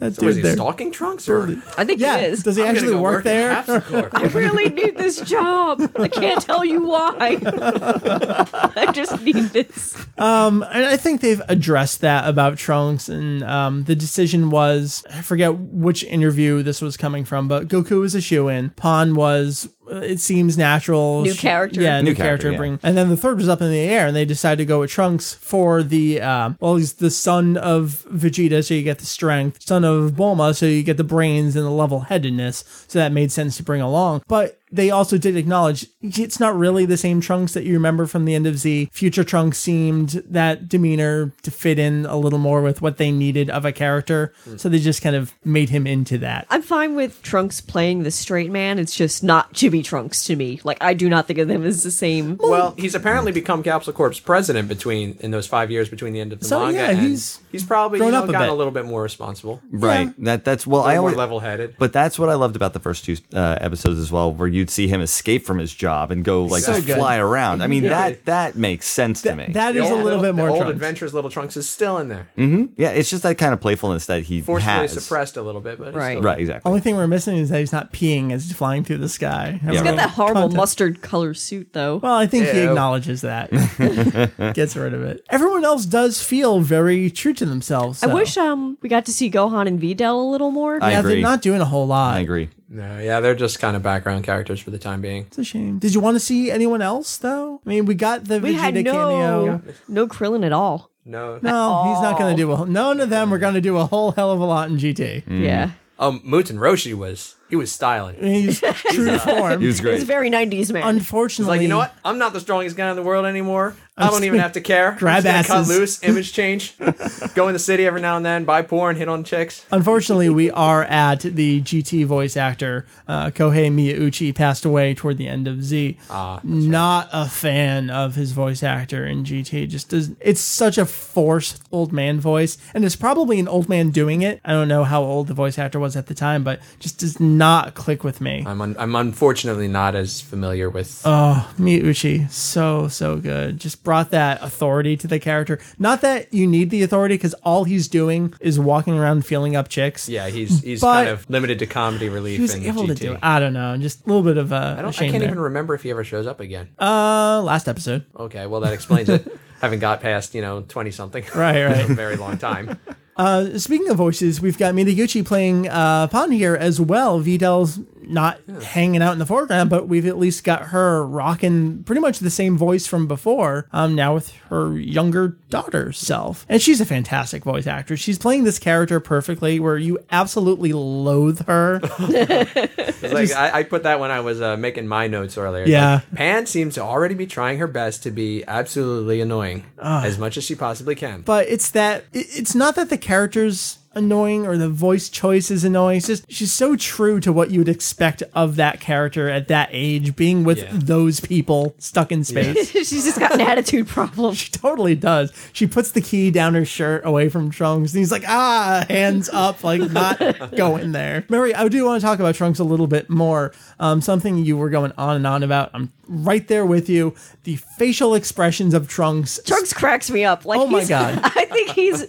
that
Was he
dude there.
stalking Trunks or?
I think
Yeah,
it is.
does he
I'm gonna
actually
go
work,
work at
there?
Capsule
I
Corp.
really need this job. I can't tell you why. I just need this.
And I think they've addressed that about Trunks, and um, the decision was I forget which interview this was coming from, but Goku was a shoe in, Pan was uh, it seems natural
New
Sh-
character.
yeah, new,
New
character,
character, yeah.
bring, and then the third was up in the air, and they decided to go with Trunks for the um, well, he's the son of Vegeta, so you get the strength, son of Bulma, so you get the brains and the level headedness, so that made sense to bring along, but. They also did acknowledge it's not really the same Trunks that you remember from the end of Z. Future Trunks seemed that demeanor to fit in a little more with what they needed of a character.
Hmm.
So they just kind of made him into that.
I'm fine with Trunks playing the straight man. It's just not Chibi Trunks to me. Like, I do not think of them as the same.
Well, he's apparently become Capsule Corp's president between in those five years between the end of the
So,
manga.
yeah,
and
he's
he's probably
grown
you know,
up a
gotten
bit.
a little bit more responsible.
Right. That that's well. I
I more
always
level-headed.
But that's what I loved about the first two uh, episodes as well, where you'd see him escape from his job and go like
So
just
good.
fly around. I mean,
Yeah.
that that makes sense to me.
That is
The
a
old
little bit more
The old
Trunks.
adventures, little Trunks is still in there,
yeah, it's just that kind of playfulness that he
forcefully
has.
suppressed a little bit, but it's
Right.
still-
Right. Exactly.
Only thing we're missing is that he's not peeing as he's flying through the sky. He's
got
Got that horrible
Content.
mustard color suit, though.
Well, I think he
Ew.
acknowledges that. Gets rid of it. Everyone else does feel very true to themselves.
I
so.
wish um we got to see Gohan and Videl a little more.
I
Yeah, they're
agree.
not doing a whole lot.
I agree.
No, yeah, they're just kind of background characters for the time being.
It's a shame. Did you want to see anyone else though? I mean, we got the
we
Vegeta
had no
cameo.
no Krillin at all.
No.
No, he's not going to do a whole. None of them are going to do a whole hell of a lot in GT.
Yeah,
Um, Muten Roshi was he was styling.
He's true to
He
form.
was
it's
great.
very '90s man.
Unfortunately,
Like you know what? I'm not the strongest guy in the world anymore. I'm I do
just
not even
gonna
have to care.
grab
I'm just gonna
asses.
cut loose, image change, go in the city every now and then, buy porn, hit on chicks.
Unfortunately, we are at the GT voice actor uh, Kohei Miyauchi passed away toward the end of Z. Not a fan of his voice actor in GT. Just does it's such a forced old man voice, and it's probably an old man doing it. I don't know how old the voice actor was at the time, but just does not click with me.
I'm un- I'm unfortunately not as familiar with.
Oh, Miuchi, so so good. Just brought that authority to the character. Not that you need the authority because all he's doing is walking around feeling up chicks.
yeah, he's he's
but-
kind of limited to comedy relief.
he was
in
able
GT.
to do. It. I don't know. Just a little bit of uh,
I
I
don't. I can't even Oh. remember if he ever shows up again.
Uh, last episode.
okay, well that explains it. Haven't got past you know twenty something.
Right, right.
a very long time.
Speaking of voices, we've got Minaguchi playing uh, Pon here as well. Vidal's not hanging out in the foreground, but we've at least got her rocking pretty much the same voice from before, um, now with her younger daughter self. And she's a fantastic voice actress. She's playing this character perfectly where you absolutely loathe her.
It's like I, I put that when I was uh, making my notes earlier. It's
Yeah.
like, Pan seems to already be trying her best to be absolutely annoying as much as she possibly can.
but it's that it- it's not that the character's annoying or the voice choice is annoying it's just she's so true to what you would expect of that character at that age being with
Yeah.
those people stuck in space
She's just got an attitude problem.
She totally does. She puts the key down her shirt away from Trunks, and he's like, ah, hands up, like not going there. Mary, I do want to talk about Trunks a little bit more. Um, something you were going on and on about. I'm right there with you. The facial expressions of Trunks.
Trunks cracks me up. Like,
Oh my
he's-
God.
I think he's.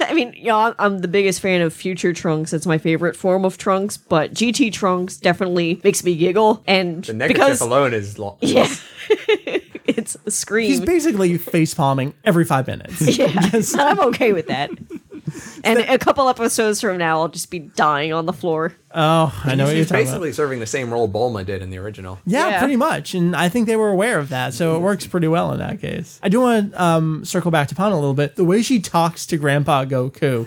I mean, y'all, I'm the biggest fan of future Trunks. It's my favorite form of Trunks, but GT Trunks definitely makes me giggle. And
the neckerchief
because
alone is long.
yeah, it's a scream.
He's basically face palming every five minutes.
Yeah, I'm okay with that. And a couple episodes from now, I'll just be dying on the floor.
Oh, I know what you're
He's
talking about.
basically serving the same role Bulma did in the original.
Yeah,
Yeah.
pretty much. And I think they were aware of that.
Mm.
So it works pretty well in that case. I do want to um, circle back to Pan a little bit. The way she talks to Grandpa Goku,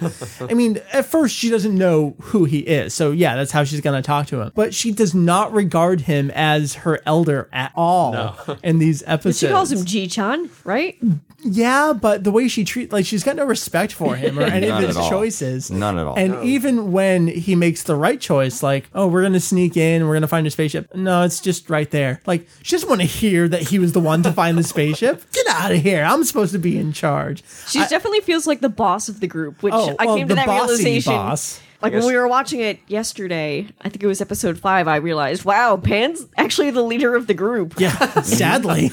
I mean, at first she doesn't know who he is. So yeah, that's how she's going to talk to him. But she does not regard him as her elder at all in these episodes.
She calls him Ji-chan, right?
Yeah, but the way she treats, like, she's got no respect for him or any of
None
his
at all.
choices.
None at all.
And even when he makes the right choice, like, oh, we're going to sneak in, we're going to find a spaceship. No, it's just right there. Like, she doesn't want to hear that he was the one to find the spaceship. Get out of here. I'm supposed to be in charge.
She definitely feels like the boss of the group, which
Oh,
I
well,
came
the
to that
bossy
realization.
boss.
Like when we were watching it yesterday, I think it was episode five. I realized, wow, Pan's actually the leader of the group
Yeah, sadly.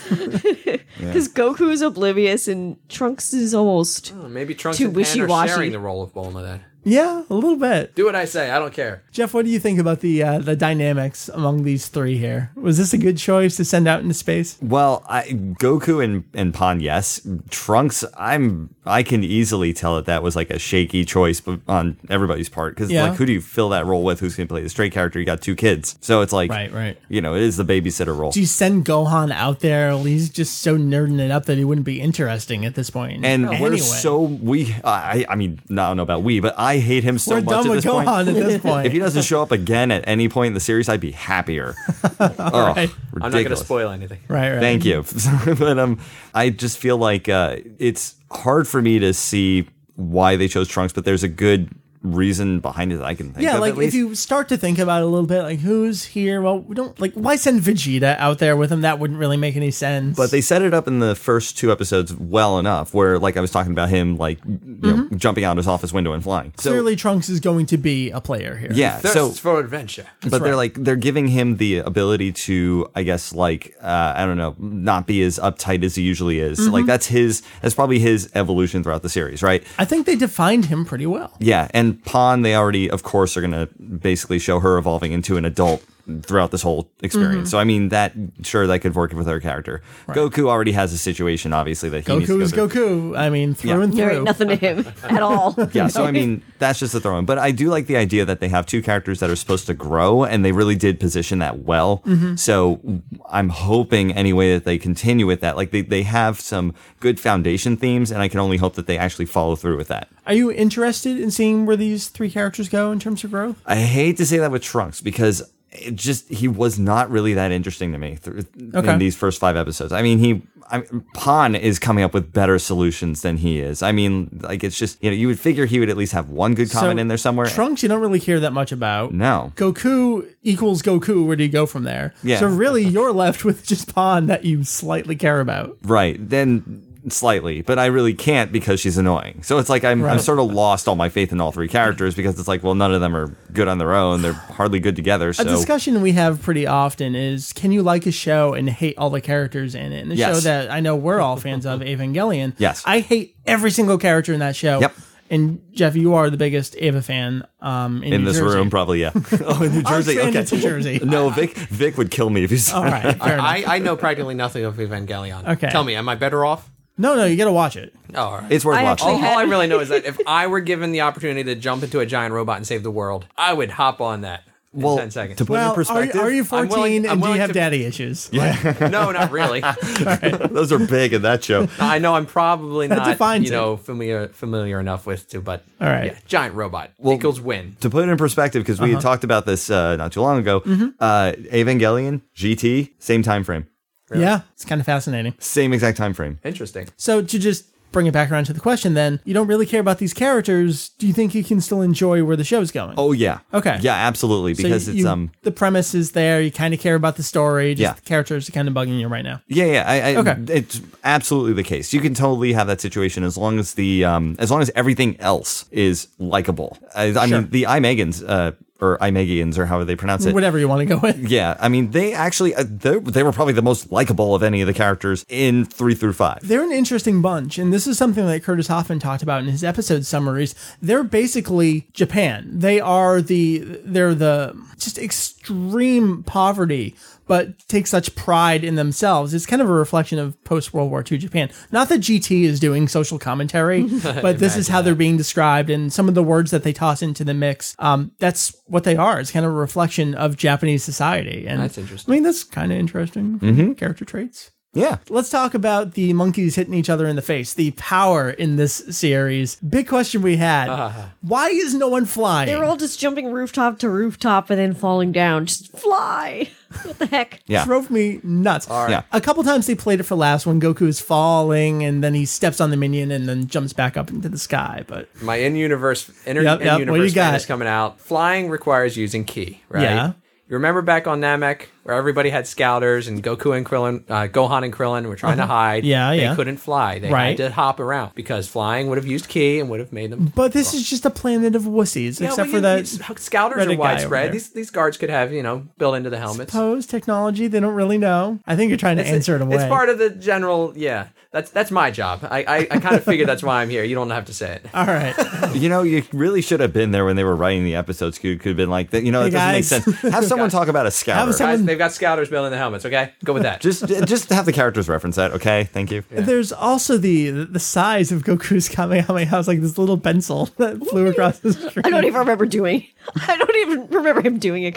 because Goku is oblivious and Trunks is almost.
Oh, Maybe Trunks
Too
and Pan are
wishy-washy.
sharing the role of Bulma then.
yeah, a little bit.
Do what I say. I don't care.
Jeff, what do you think about the uh, the dynamics among these three here? Was this a good choice to send out into space?
Well, I, Goku and and Pan, yes. Trunks, I'm I can easily tell that that was like a shaky choice b- on everybody's part because
Yeah.
like who do you fill that role with? Who's gonna play the straight character? You got two kids, so it's like
Right, right.
You know, it is the babysitter role.
Do you send Gohan out there? He's just so nerding it up that he wouldn't be interesting at this point.
and we're
Oh, Anyway.
so we. I I mean, no, I don't know about we, but I hate him so
we're
much
done
at
with
this
Gohan
point.
at this point.
If he doesn't show up again at any point in the series, I'd be happier. oh,
right.
I'm not going to
ridiculous.
spoil anything.
right, right.
Thank you. but um, I just feel like uh, it's hard for me to see why they chose Trunks, but there's a good reason behind it that I can think
Yeah,
of.
like
at least.
if you start to think about it a little bit, like who's here? Well, we don't like why send Vegeta out there with him? That wouldn't really make any sense.
but they set it up in the first two episodes well enough where like I was talking about him like you know, jumping out his office window and flying. So
Mm-hmm. clearly Trunks is going to be a player here.
yeah,
Thirst
so
for adventure.
but they're like they're giving him the ability to i guess like uh, i don't know not be as uptight as he usually is
Mm-hmm.
like that's his that's probably his evolution throughout the series right
I think they defined him pretty well.
yeah and pawn they already of course are going to basically show her evolving into an adult throughout this whole
Mm-hmm.
experience so i mean that sure that could work with her character goku already has a situation obviously that he needs to
Goku
go
is
through.
Goku. I mean, through
Yeah.
and
There ain't
through.
nothing to him at all.
Yeah, so I mean, that's just a throw in. But I do like the idea that they have two characters that are supposed to grow, and they really did position that well.
Mm-hmm.
So I'm hoping, anyway, that they continue with that. Like, they, they have some good foundation themes, and I can only hope that they actually follow through with that.
Are you interested in seeing where these three characters go in terms of growth?
I hate to say that with Trunks because it just he was not really that interesting to me through,
Okay.
in these first five episodes. I mean, he I mean, Pon is coming up with better solutions than he is. I mean, like it's just you know you would figure he would at least have one good comment
So,
in there somewhere.
Trunks, you don't really hear that much about.
no.
Goku equals Goku. Where do you go from there?
Yeah.
So really, you're left with just Pawn that you slightly care about.
Right. Then slightly, but I really can't because she's annoying. So it's like I'm, I'm
Right.
sort of lost all my faith in all three characters because it's like, well, none of them are good on their own. They're hardly good together. So
A discussion we have pretty often is can you like a show and hate all the characters in it? And the
Yes.
show that I know we're all fans of, Evangelion.
Yes.
I hate every single character in that show.
Yep.
And Jeff, you are the biggest Ava fan um, in,
in
New
this
Jersey.
room, probably, yeah. oh, in New Jersey.
expanded
Okay.
to Jersey.
no, Vic, Vic would kill me if he's.
All right, fair enough.
I, I know practically nothing of Evangelion.
Okay.
Tell me, am I better off?
No, no, you got to watch it.
Oh, all right.
It's worth
I
watching.
actually
all,
had-
all I really know is that if I were given the opportunity to jump into a giant robot and save the world, I would hop on that in
well,
10 seconds.
to put it in
Well, are,
perspective,
you- are you
I'm
14
willing- I'm
and do
willing
you have
to-
daddy issues?
no, not really.
those are big in that show.
I know I'm probably not,
defines
you know, familiar familiar enough with to, but
All right.
yeah, giant robot equals win.
to put it in perspective, because
Uh-huh.
we had talked about this uh, not too long ago,
Mm-hmm.
uh, Evangelion, GT, same time frame,
Yeah, it's kind of fascinating.
same exact time frame.
Interesting.
So to just bring it back around to the question, then you don't really care about these characters. Do you think you can still enjoy where the show's going?
Oh yeah.
Okay.
Yeah, absolutely.
So
Because
you-
it's
you-
um.
the premise is there. You kind of care about the story. Just
Yeah.
the characters are kind of bugging you right now.
Yeah, yeah. I, I,
Okay.
It's absolutely the case. You can totally have that situation as long as the um as long as everything else is likable. I, I
Sure.
mean, the Imegans uh or Imegians or however they pronounce it.
Whatever you want to go with.
Yeah, I mean, they actually uh, they they were probably the most likable of any of the characters in three through five.
They're an interesting bunch, and this is something that Curtis Hoffman talked about in his episode summaries. They're basically Japan. They are the they're the just extreme poverty, but take such pride in themselves. It's kind of a reflection of post World War II Japan. Not that GT is doing social commentary, but this is how they're being described, and some of the words that they toss into the mix. Um, that's what they are. It's kind of a reflection of Japanese society, and
That's interesting. Mm-hmm.
I mean, that's kind of interesting character traits.
yeah.
Let's talk about the monkeys hitting each other in the face, the power in this series. Big question we had
Uh-huh.
why is no one flying?
They're all just jumping rooftop to rooftop and then falling down. Just fly. What the heck?
Yeah.
drove me nuts.
Yeah.
A couple times they played it for laughs when Goku is falling and then he steps on the minion and then jumps back up into the sky. But
My in-universe, inner,
Yep, yep, what do you
in-universe fan
got?
is coming out. Flying requires using ki, right?
Yeah.
You remember back on Namek where everybody had scouters and Goku and Krillin, uh, Gohan and Krillin were trying to hide.
Uh-huh. Yeah,
they
yeah.
couldn't fly. They
Right.
had to hop around because flying would have used ki and would have made them.
but this is just a planet of wussies,
Yeah,
except
well, you-
for
you-
that
scouters
Reddit guy
are
over
widespread.
there.
These these guards could have you know built into the helmets.
pose technology they don't really know. I think you're trying to answer it away.
It's part of the general. Yeah, that's that's my job. I I, I kind of figured that's why I'm here. You don't have to say it.
all right.
You know, you really should have been there when they were writing the episodes. You could have been like, that. you know,
Hey,
it doesn't make
guys.
sense. Have someone talk about a scouter.
someone-
Guys, they've got scouters building the helmets. Okay, go with that.
just, just have the characters reference that. Okay, thank you.
There's also the the size of Goku's Kamehameha is like this little pencil that flew across the screen.
I don't even remember doing. I don't even remember him doing a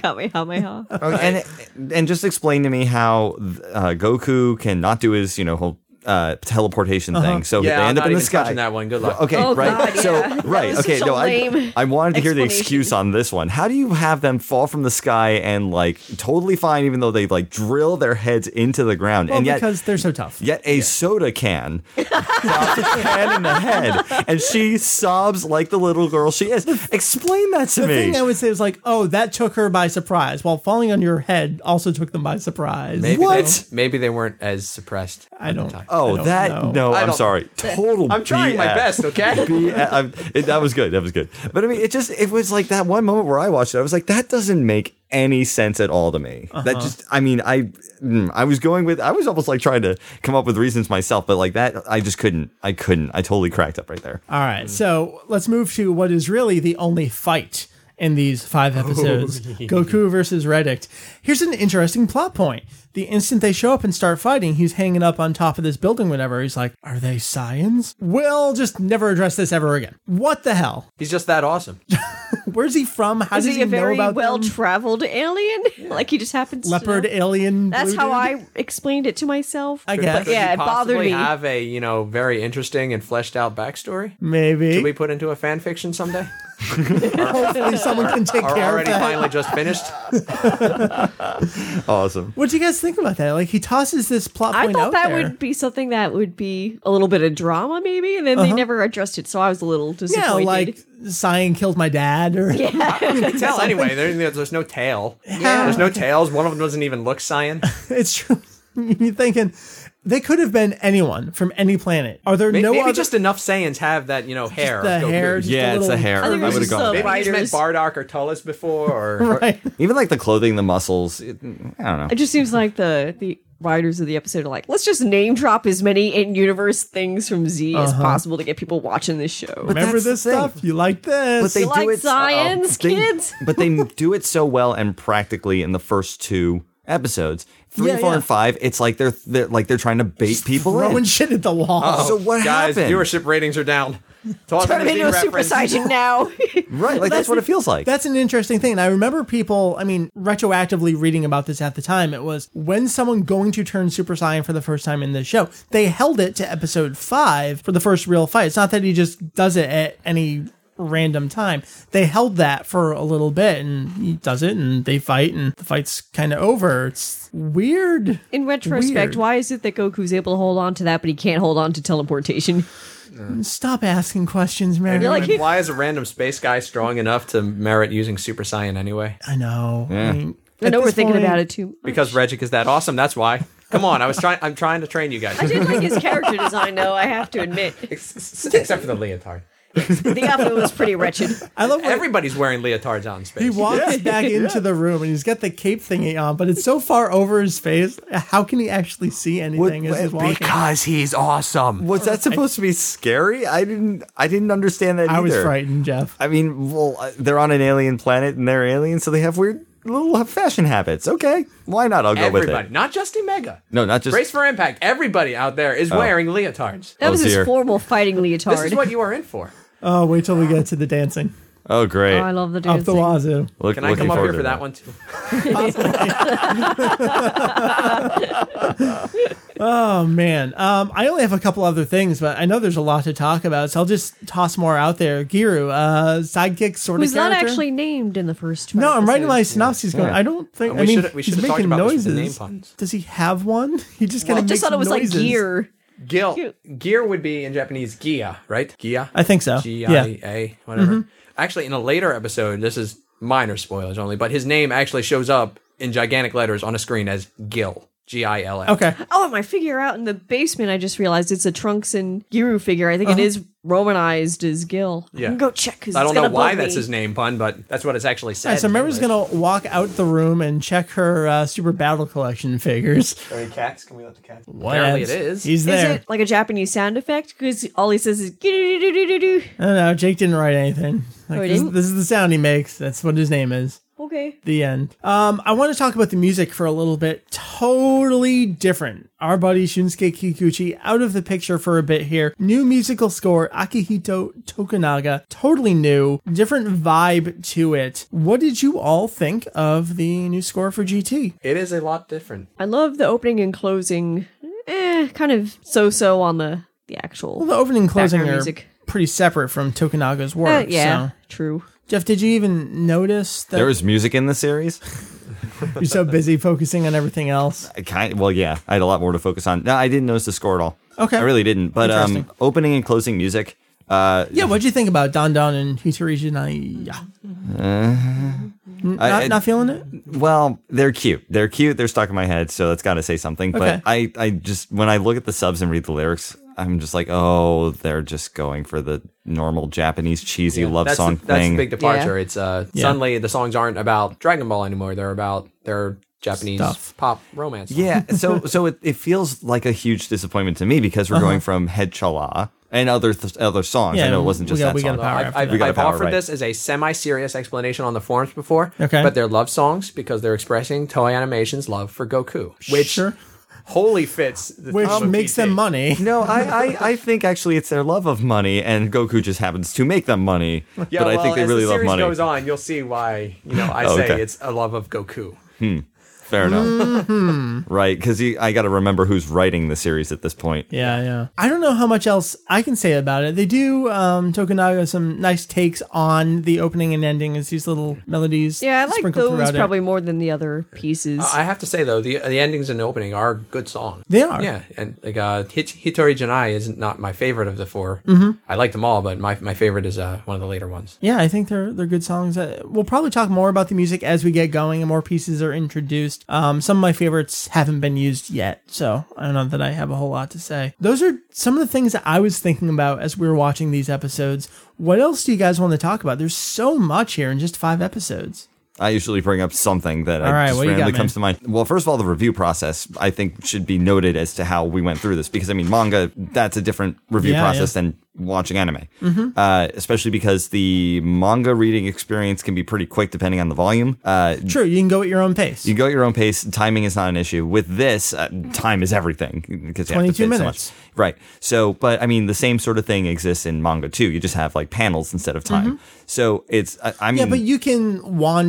kamehameha.
And and just explain to me how uh, Goku can not do his, you know, whole uh, teleportation thing. So
yeah,
they
I'm
end
not
up in
even
the sky.
touching that one. Good luck.
Okay,
Uh-huh. Oh,
right.
God,
so
yeah. That
right.
was
Okay,
such a
no, I
lame
I wanted to hear the
explanation.
excuse on this one. How do you have them fall from the sky and like totally fine, even though they like drill their heads into the
Oh,
ground,
Well,
and yet
because they're so tough.
Yet a soda can drops a can in the head, and she sobs like the little girl she is. Explain that to
The
me.
thing I would say is like, oh, that took her by surprise. While falling on your head also took them by surprise.
Maybe
what?
They, maybe they weren't as suppressed.
I don't. I
oh,
don't
that
know.
no.
I
I'm
don't-
sorry. Total.
I'm trying my
BS.
best, okay?
BS. I'm- it- that was good. That was good. But I mean, it just it was like that one moment where I watched it. I was like, that doesn't make any sense at all to me.
Uh-huh.
That just. I mean, I mm, I was going with. I was almost like trying to come up with reasons myself, but like that, I just couldn't. I couldn't. I totally cracked up right there.
All right, so let's move to what is really the only fight in these five episodes: Goku versus Reddick. Here's an interesting plot point. The instant they show up and start fighting, he's hanging up on top of this building. Whenever he's like, "Are they Saiyans?" We'll just never address this ever again. What the hell?
He's just that awesome.
Where's he from? How
Is
does
he a
know
very
about
well
them?
traveled alien? Like he just happens
leopard
to know?
alien?
That's
blue
how
dude?
I explained it to myself.
I guess
Could
Yeah,
he
it bothered
possibly
me.
Have a you know very interesting and fleshed out backstory.
maybe.
Can we put into a fan fiction someday?
Hopefully, someone can take
Are
care of
already
that.
finally just finished?
Awesome.
What do you guys think about that? Like he tosses this plot
I
point
thought
out
that
there.
would be something that would be a little bit of drama, maybe, and then they never addressed it, so I was a little disappointed.
Uh-huh. yeah, like Cyan killed my dad, or
Tell anyway. There, there's no tail. There's no tails. One of them doesn't even look cyan.
it's true. You're thinking They could have been anyone from any planet. Are there
May-
no
maybe
other
just enough Saiyans have that, you know, hair. of
the
Goku.
hair? Just
Yeah,
a
it's
little
a hair.
I
I
think it was
would have
just
gone.
a-
Maybe he's met
Fighters.
Bardock or Tullus before, or,
Right.
Even like the clothing, the muscles. It, I don't know.
It just seems like the the writers of the episode are like, let's just name drop as many in universe things from Z as
Uh-huh.
possible to get people watching this show.
Remember
that's the
this
thing.
stuff? You like this?
but they
like
do it
science,
they-
kids?
but they do it so well and practically in the first two episodes. Three,
Yeah,
four,
yeah.
and five. It's like they're, they're like they're trying to bait people
throwing
in. Oh,
shit at the
Oh.
wall.
so what
guys,
happened?
viewership ratings are down. Toss in
Turn
the Z
into a Super
reference.
Saiyan now.
right, like that's, what it feels like.
That's an interesting thing. And I remember people, I mean, retroactively reading about this at the time. It was when someone going to turn Super Saiyan for the first time in this show, they held it to episode five for the first real fight. It's not that he just does it at any random time. They held that for a little bit and he does it and they fight and the fight's kind of over. It's weird.
In retrospect,
Weird.
why is it that Goku's able to hold on to that, but he can't hold on to teleportation?
Stop asking questions, man.
You're like-
And why is a random space guy strong enough to merit using Super Saiyan anyway?
I know. I, mean,
I
at
know we're
this
thinking
point-
about it too. much.
Because Regic is that awesome. That's why. Come on, I was trying. I'm trying to train you guys,
I did like his character design, though. I have to admit,
except for the leotard.
the outfit was pretty wretched.
I love when
Everybody's wearing leotards out in space.
He walks back into the room and he's got the cape thingy on, but it's so far over his face. How can he actually see anything as he's walking?
because he's awesome.
was that supposed to be scary? I didn't. I didn't understand that.
I was
either.
frightened, Jeff.
I mean, well, uh, they're on an alien planet and they're aliens, so they have weird little fashion habits. Okay, why not? I'll go with
Everybody,
it.
not just Omega.
No, not just-
Brace for Impact. Everybody out there is wearing leotards.
That
Oh,
was
dear.
his formal fighting leotard.
This is what you are in for.
Oh, wait till we get to the dancing
Oh, great!
oh, I love the
up the
dancing.
wazoo.
Look,
Can I
looking
come up
forward
here
to
for that one too?
Oh man, um, I only have a couple other things, but I know there's a lot to talk about, so I'll just toss more out there. Giru, uh, sidekick sort
Who's
of
not
character.
actually named in the first.
no, I'm writing my
episodes.
synopsis. Going,
Yeah.
I don't think.
We
I mean,
should've- we
he's
should've talked
making
about this
noises.
with the name puns.
Does he have one? He just kind
Oh, I
of
just thought it was like gear.
Gil, gear would be in Japanese gia, right? Gia.
I think so.
G
Yeah. Mm-hmm.
I A, whatever. Actually, in a later episode, this is minor spoilers only, but his name actually shows up in gigantic letters on a screen as Gil. G I L L.
Okay.
Oh, and my figure out in the basement. I just realized it's a Trunks and Giru figure. I think it
Uh-huh.
is romanized as Gil. I
Yeah.
can go check. 'cause
I
it's
don't know
gonna
why
bug
that's
me.
his name pun, but that's what it's actually said.
Yeah, so
in
Memory's
English.
gonna walk out the room and check her uh, super battle collection figures.
Are we cats? Can we let the cats?
What?
Apparently it is.
He's
Is
there.
it like a Japanese sound effect? Because all he says is "Gidoo-doo-doo-doo-doo-doo."
I don't know. Jake didn't write anything. Like,
Oh, he
this,
didn't?
this is the sound he makes. That's what his name is.
Okay.
The end. Um, I want to talk about the music for a little bit. Totally different. Our buddy Shunsuke Kikuchi out of the picture for a bit here. New musical score, Akihito Tokunaga. Totally new. Different vibe to it. What did you all think of the new score for GT?
It is a lot different.
I love the opening and closing. Eh, kind of so-so on the the actual.
The opening and closing
Background
are
music.
pretty separate from Tokunaga's
Uh,
work.
yeah,
So.
true.
Jeff, did you even notice that
There was music in the series.
you're so busy focusing on everything else?
I kind well, yeah, I had a lot more to focus on. No, I didn't notice the score at all.
Okay.
I really didn't. But um,
Interesting.
opening and closing music. Uh,
Yeah, what'd you think about Don Don and Hitoriji Naya? not,
I- I-
not feeling it?
Well, they're cute. They're cute. They're stuck in my head, so that's got to say something.
Okay.
But I, I just when I look at the subs and read the lyrics, I'm just like, oh, they're just going for the normal Japanese cheesy love
that's
song
the, that's
thing.
the big departure.
Yeah.
It's uh, suddenly the songs aren't about Dragon Ball anymore. They're about their Japanese
Stuff.
pop romance. songs.
yeah. So so it, it feels like a huge disappointment to me because we're going from Head Chala and other th- other songs.
Uh-huh. Yeah,
I know it wasn't
we
just
got-
that
we got
song.
a power
I've,
after
We
I've,
got a
I've
power,
offered
right.
this as a semi-serious explanation on the forums before,
Okay.
but they're love songs because they're expressing Toei Animation's love for Goku, which
Sure.
wholly fits, the
Which
theme of
makes
PT.
them money.
No, I, I, I think actually it's their love of money, and Goku just happens to make them money.
Yeah,
but I
well,
think they
as
really
the
love
series
money.
goes on, you'll see why. You know, I
Oh,
say
okay.
it's a love of Goku.
Fair enough.
Mm-hmm.
right, because I got to remember who's writing the series at this point.
Yeah, yeah. I don't know how much else I can say about it. They do um, Tokunaga some nice takes on the opening and ending as these little melodies.
Yeah, I like
sprinkled
those
throughout it.
probably more than the other pieces.
I have to say though, the the endings and opening are good songs.
They are.
Yeah, and like uh, Hit- Hitori Janai is not my favorite of the 4
Mm-hmm.
I like them all, but my my favorite is uh, one of the later ones.
Yeah, I think they're they're good songs. Uh, We'll probably talk more about the music as we get going and more pieces are introduced. list. Um, some of my favorites haven't been used yet, so I don't know that I have a whole lot to say. Those are some of the things that I was thinking about as we were watching these episodes. What else do you guys want to talk about? There's so much here in just five episodes.
I usually bring up something that I
All right,
just
what you got,
randomly comes
man?
to mind. Well, first of all, the review process I think should be noted as to how we went through this because I mean, manga that's a different review
Yeah, Mm-hmm.
process than watching anime, uh, especially because the manga reading experience can be pretty quick depending on the volume. Uh,
True, you can go at your own pace.
you go at your own pace. Timing is not an issue. With this, uh, time is everything because you have
22
to fit so
minutes.
much. right? So, but I mean, the same sort of thing exists in manga too. You just have like panels instead of time. So it's I, I
Mm-hmm.
mean,
yeah, but you can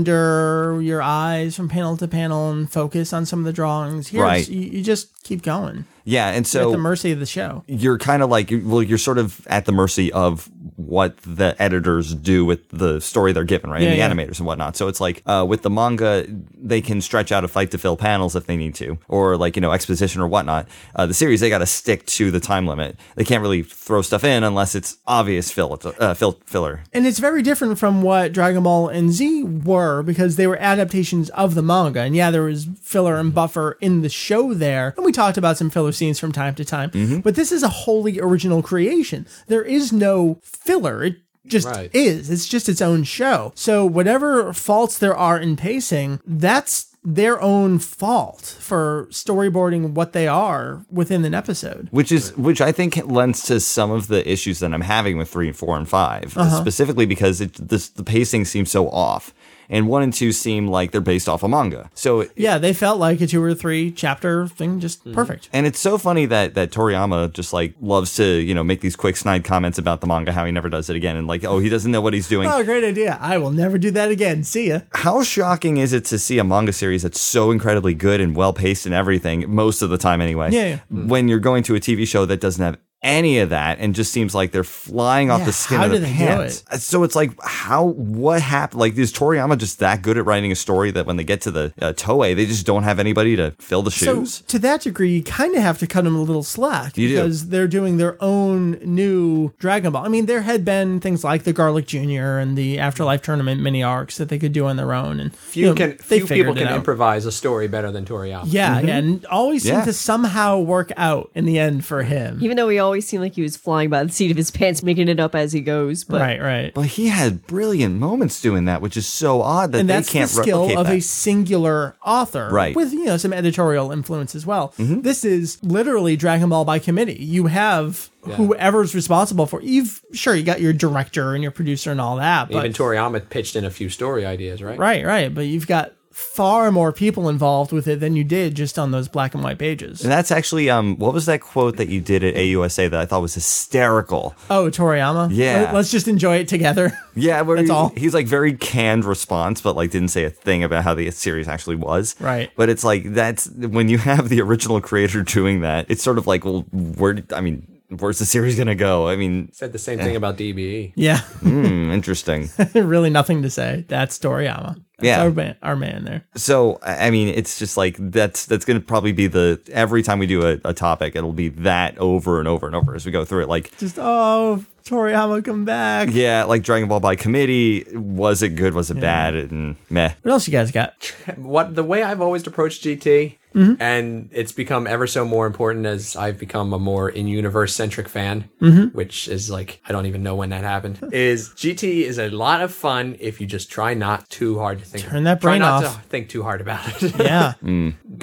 wander your eyes from panel to panel and focus on some of the drawings. Here,
Right.
you, you just keep going
yeah, and
at
so
the mercy of the show.
you're kind of like you- well you're sort of at the mercy of what the editors do with the story they're given right
Yeah,
and the
yeah.
animators and whatnot so it's like uh, with the manga they can stretch out a fight to fill panels if they need to or like you know exposition or whatnot uh, the series they got to stick to the time limit they can't really throw stuff in unless it's obvious fill, uh, fill filler
And it's very different from what Dragon Ball and Z were because they were adaptations of the manga. And yeah, there was filler and buffer in the show there. And we talked about some filler scenes from time to time. But this is a wholly original creation. There is no filler. It just
Right.
is. It's just its own show. So whatever faults there are in pacing, that's their own fault for storyboarding what they are within an episode.
which is which I think lends to some of the issues that I'm having with three and four and 5
Uh-huh.
specifically because it, this, the pacing seems so off, and one and two seem like they're based off a manga. So it-
Yeah, they felt like a two or three chapter thing, just perfect.
and it's so funny that that Toriyama just like loves to you know make these quick snide comments about the manga, how he never does it again, and like oh he doesn't know what he's doing.
Oh, great idea. I will never do that again. See ya.
How shocking is it to see a manga series that's so incredibly good and well paced and everything most of the time anyway?
Yeah, yeah.
When you're going to a TV show that doesn't have any of that and just seems like they're flying off
Yeah,
the skin
how
of
do
the
they do
pants. Uh, So it's like how what happened? Like is Toriyama just that good at writing a story that when they get to the uh, Toei, they just don't have anybody to fill the shoes?
So, to that degree, you kind of have to cut them a little slack
You do.
because they're doing their own new Dragon Ball. I mean, there had been things like the Garlic Junior and the Afterlife Tournament mini arcs that they could do on their own, and
Few
you know,
can
they
few
figured
people can
it out.
improvise Mm-hmm. a story better than Toriyama.
Yeah, yeah, and always
Yeah.
seem to somehow work out in the end for him.
Even though he always seemed like he was flying by the seat of his pants, making it up as he goes. But
right, right.
But he had brilliant moments doing that, which is so odd that
and
they
that's
can't
the skill
replicate
of
that.
a singular author,
Right. Mm-hmm.
With you know some editorial influence as well. This is literally Dragon Ball by committee. You have whoever's responsible for. You've sure you got your director and your producer and all that, but
Even Toriyama pitched in a few story ideas, right?
right, right. But you've got far more people involved with it than you did just on those black and white pages.
and that's actually um, what was that quote that you did at AUSA that I thought was hysterical?
Oh, Toriyama.
Yeah.
Let- let's just enjoy it together.
Yeah, where
That's
he-
all.
he's like very canned response, but like didn't say a thing about how the series actually was.
Right.
But it's like that's when you have the original creator doing that, it's sort of like, well, where did- I mean, where's the series gonna go? I mean,
Said the same thing about E. DBE.
yeah,
hmm, interesting.
really nothing to say. That's Toriyama. That's
Yeah.
our man, our man there.
so I I mean, it's just like that's that's gonna probably be the every time we do a, a topic, it'll be that over and over and over as we go through it. Like
Just oh, Toriyama, come back.
yeah, like Dragon Ball by committee, was it good? Was it bad? And meh.
What else you guys got?
What the way I've always approached GT,
Mm-hmm.
and it's become ever so more important as I've become a more in-universe centric fan,
Mm-hmm.
which is like I don't even know when that happened. Is GT is a lot of fun if you just try not too hard to think.
Turn that brain
try not
off.
To think too hard about it.
Yeah.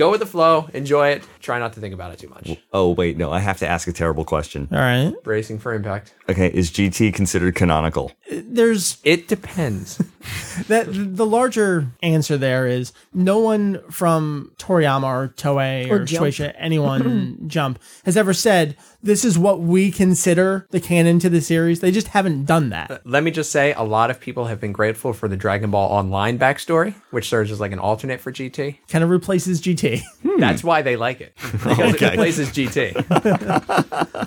Go with the flow, enjoy it. Try not to think about it too much.
Oh wait, no, I have to ask a terrible question.
All right.
Bracing for impact.
Okay, is GT considered canonical?
There's
It depends.
that the larger answer there is no one from Toriyama or Toei or,
Or Jump.
Shueisha, anyone Jump has ever said this is what we consider the canon to the series. They just haven't done that.
Let me just say, a lot of people have been grateful for the Dragon Ball Online backstory, which serves as like an alternate for GT.
Kind of replaces GT.
That's why they like it because it replaces GT.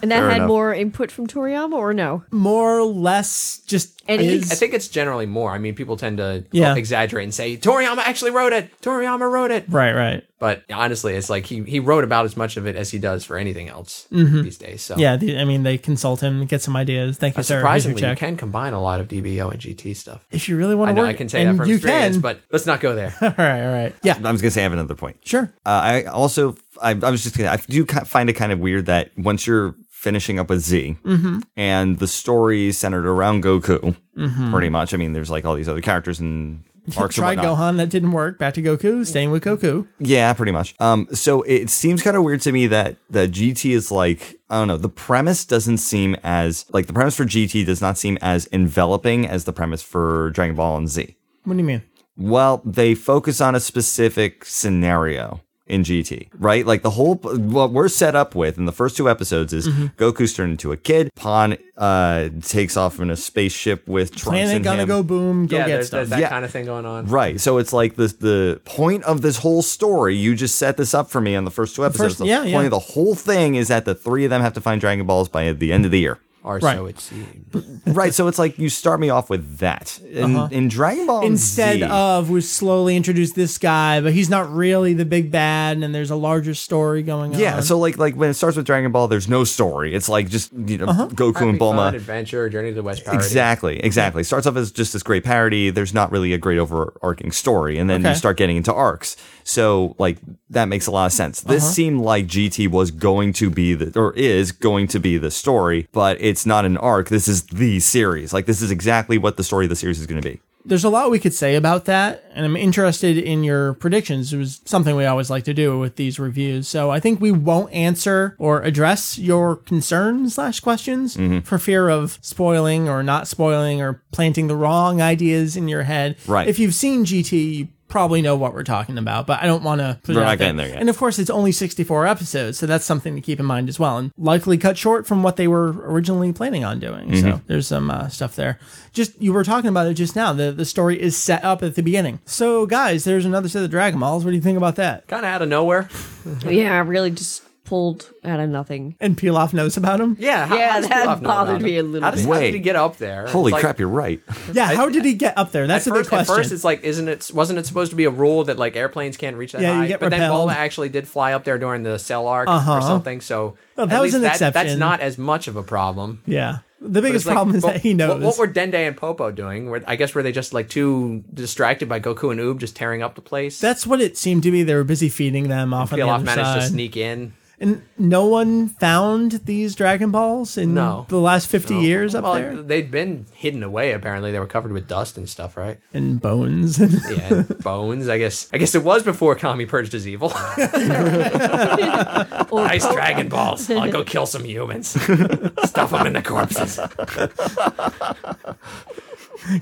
and that had
enough.
more input from Toriyama, or no?
More or less just
And he-
is
I think it's generally more. I mean, people people tend to
Yeah.
exaggerate and say Toriyama actually wrote it. Toriyama wrote it.
Right, right.
But honestly, it's like he, he wrote about as much of it as he does for anything else these days. So
Mm-hmm. Yeah, the, I mean, they consult him, get some ideas. Thank you,
But
sir. Here's your
surprisingly, you
check.
can combine a lot of DBO and GT stuff.
if you really want
I
to
know
work,
I can say
and
that from
you
experience,
can.
but let's not go there.
all right, all right. Yeah,
I was going to say I have another point.
sure.
Uh, I also, I, I was just gonna, I do ki- find it kind of weird that once you're finishing up with Z and the story centered around Goku, pretty much. I mean, there's like all these other characters and arcs and
Try
whatnot.
Gohan, that didn't work. Back to Goku, staying with Goku.
Yeah, pretty much. Um, so it seems kind of weird to me that the GT is like I don't know. The premise doesn't seem as like the premise for GT does not seem as enveloping as the premise for Dragon Ball and Z.
What do you mean?
Well, they focus on a specific scenario in GT, right? Like the whole what we're set up with in the first two episodes is
Mm-hmm.
Goku's turned into a kid. Pan uh, takes off in a spaceship with Trunks
Planet
and
gonna
him.
go boom, go
yeah,
get
there's,
stuff.
there's that
Yeah.
kind of thing going on.
Right. So it's like this the point of this whole story. You just set this up for me on the first two episodes.
first- yeah,
point
yeah.
of the whole thing is that the three of them have to find Dragon Balls by the end of the year.
Or so
Right.
it seems.
right. So it's like you start me off with that. In, in Dragon Ball
Uh-huh. Instead
Z,
of we slowly introduce this guy, but he's not really the big bad, and there's a larger story going on.
Yeah, so like like when it starts with Dragon Ball, there's no story. It's like just you know
Uh-huh.
Goku and
Happy Fun
Bulma.
adventure, Journey to the West parody.
Exactly, exactly. Starts off as just this great parody. There's not really a great overarching story, and then
Okay.
you start getting into arcs. So like that makes a lot of sense. This
Uh-huh.
seemed like GT was going to be the or is going to be the story, but it's not an arc. This is the series. Like this is exactly what the story of the series is going to be.
there's a lot we could say about that, and I'm interested in your predictions. It was something we always like to do with these reviews. So I think we won't answer or address your concerns slash questions
Mm-hmm.
for fear of spoiling or not spoiling or planting the wrong ideas in your head.
Right.
If you've seen GT, you probably know what we're talking about, but I don't want to put
We're
it
not
out there.
getting there yet.
And of course, it's only 64 episodes, so that's something to keep in mind as well, and likely cut short from what they were originally planning on doing.
Mm-hmm.
So there's some uh, stuff there. Just you were talking about it just now. The the story is set up at the beginning. So guys, there's another set of Dragon Balls. What do you think about that?
Kind of out of nowhere.
Yeah, I really just pulled out of nothing.
And Pilaf knows about them.
Yeah, how,
Yeah,
how does
that
Pilaf know about
bothered
it?
me a little
How does,
bit.
How did
Wait.
he get up there? It's
Holy
like-
crap, you're right.
Yeah. How did he get up there? That's a
At
big
first, at
question.
first, it's like, isn't it? Wasn't it supposed to be a rule that like airplanes can't reach that
Yeah, you
high?
get
but
repelled. Uh-huh.
then Bulma actually did fly up there during the cell arc or something. So
Well, that
at
was
least
an
that, That's
exception.
not as much of a problem.
yeah. The
But
biggest
it's like,
problem is
well,
that he
what-
knows.
What, were Dende and Popo doing? Were, I guess were they just like too distracted by Goku and Oob just tearing up the place?
That's what it seemed to be. They were busy feeding them off on the
Pilaf
other
managed
side.
to sneak in.
And no one found these Dragon Balls in
No.
the last 50 years up
well,
there?
They'd been hidden away. Apparently, they were covered with dust and stuff, right?
and bones. and
Yeah, and bones. I guess. I guess it was before Kami purged his evil. nice Dragon Balls. I'll go kill some humans. Stuff them in the corpses.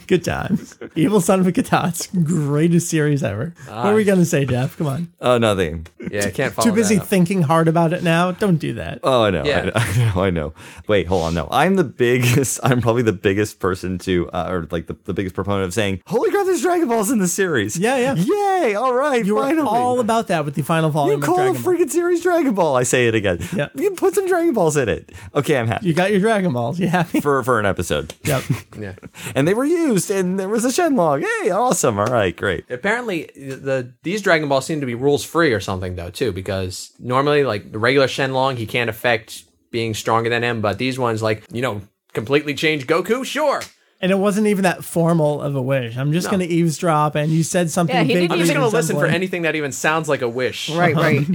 Good times. Evil Son of a Katats, greatest series ever. What are we going to say, Jeff? Come on.
Oh, nothing.
Yeah, I can't follow.
Too busy
that up.
thinking hard about it now. Don't do that.
Oh, I know,
Yeah.
I know, I know, I know. Wait, hold on. No, I'm the biggest. I'm probably the biggest person to, uh, or like the, the biggest proponent of saying, "Holy crap, there's Dragon Balls in the series!"
Yeah, yeah.
Yay! All right,
you were
finally.
all about that with the final
you
volume of
call the
Dragon Ball.
freaking series Dragon Ball. I say it again.
Yeah.
You put some Dragon Balls in it. Okay, I'm happy
You got your Dragon Balls. You happy?
for for an episode,
yep.
Yeah.
and they were used, and there was a Shenlong. Hey, awesome! All right, great.
Apparently, the these Dragon Balls seem to be rules free or something though too, because normally like the regular Shenlong, he can't affect being stronger than him, but these ones like you know completely change Goku. Sure.
And it wasn't even that formal of a wish. I'm just going to eavesdrop, and you said something.
Yeah, he didn't
vaguely
I'm just gonna listen for
resembling-
anything that even sounds like a wish.
Right, right.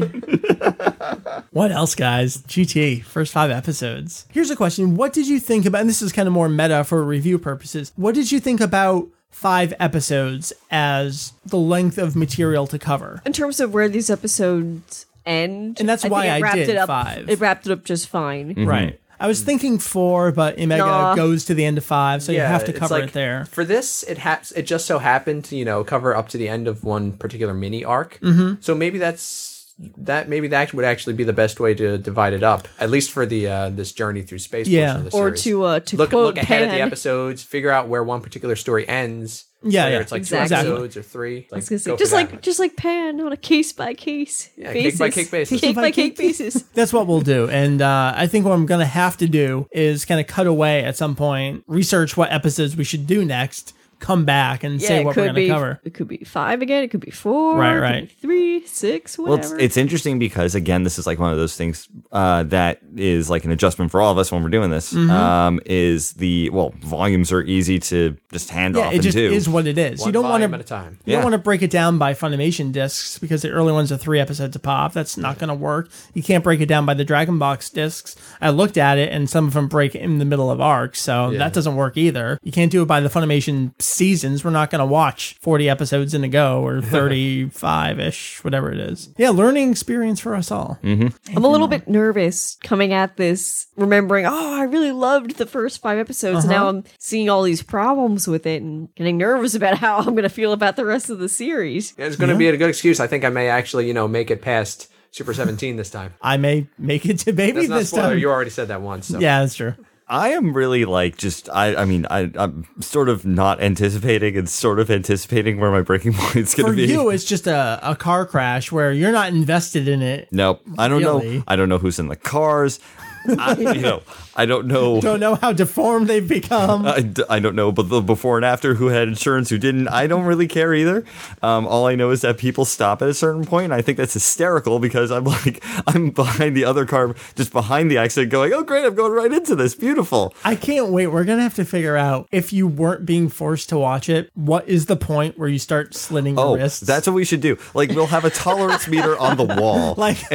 What else, guys? GT, first five episodes. Here's a question. What did you think about, and this is kind of more meta for review purposes, what did you think about five episodes as the length of material to cover?
in terms of where these episodes end,
And that's
I
why
think it
I
wrapped
did
it up.
five. Mm-hmm.
It wrapped it up just fine.
Right. I was thinking four, but Imega
Nah.
goes to the end of five, so you have to
it's
cover
like,
it there.
For this, it ha- it just so happened to you know cover up to the end of one particular mini arc.
Mm-hmm.
So maybe that's that. Maybe that would actually be the best way to divide it up, at least for the uh, this journey through space.
Yeah.
portion of the
Or
series.
to, uh, to
look
quote
look ahead at the
Pan-
episodes, figure out where one particular story ends.
Yeah,
whether
yeah,
it's like
exactly.
two episodes or three. Like,
I was gonna say,
go for
just
that
like
one.
just like Pan on a case by case
Yeah,
basis.
cake by cake basis.
Cake by cake basis.
That's what we'll do. And uh, I think what I'm going to have to do is kind of cut away at some point, research what episodes we should do next, come back and say
it
what we're
could
going to
be.
cover.
It could be five again. It could be four.
Right,
it could
right.
be three, six,
Well,
whatever.
it's, it's interesting because again, this is like one of those things uh, that is like an adjustment for all of us when we're doing this.
Mm-hmm.
Um, is the well volumes are easy to just hand
Yeah,
off
it
and
just
do.
is what it is.
One
you don't want
volume
to
at a time.
You
Yeah.
don't want to break it down by Funimation discs because the early ones are three episodes a pop. That's not going to work. You can't break it down by the Dragon Box discs. I looked at it and some of them break in the middle of arcs, so that doesn't work either. You can't do it by the Funimation seasons. We're not going to watch 40 episodes in a go or 35 ish, whatever it is. Yeah, learning experience for us all.
Mm-hmm.
I'm a little bit nervous coming at this, remembering, oh, I really loved the first five episodes. and
Uh-huh.
Now I'm seeing all these problems with it and getting nervous about how I'm going to feel about the rest of the series.
It's going to be a good excuse. I think I may actually, you know, make it past Super 17 this time.
I may make it to baby
That's not
this
spoiler.
time.
You already said that once. So.
yeah, that's true.
I am really like just I I mean I I'm sort of not anticipating and sort of anticipating where my breaking point's going
For
to be.
you, it's just a, a car crash where you're not invested in it.
Nope. I don't know.
Really?
I don't know who's in the cars. I, you know, I don't know.
Don't know how deformed they've become.
I, d- I don't know, but the before and after, who had insurance, who didn't, I don't really care either. Um, all I know is that people stop at a certain point, and I think that's hysterical because I'm like, I'm behind the other car, just behind the accident, going, oh, great, I'm going right into this. Beautiful.
I can't wait. We're gonna have to figure out if you weren't being forced to watch it, what is the point where you start slitting your
Oh,
wrists?
that's what we should do. Like, we'll have a tolerance meter on the wall.
like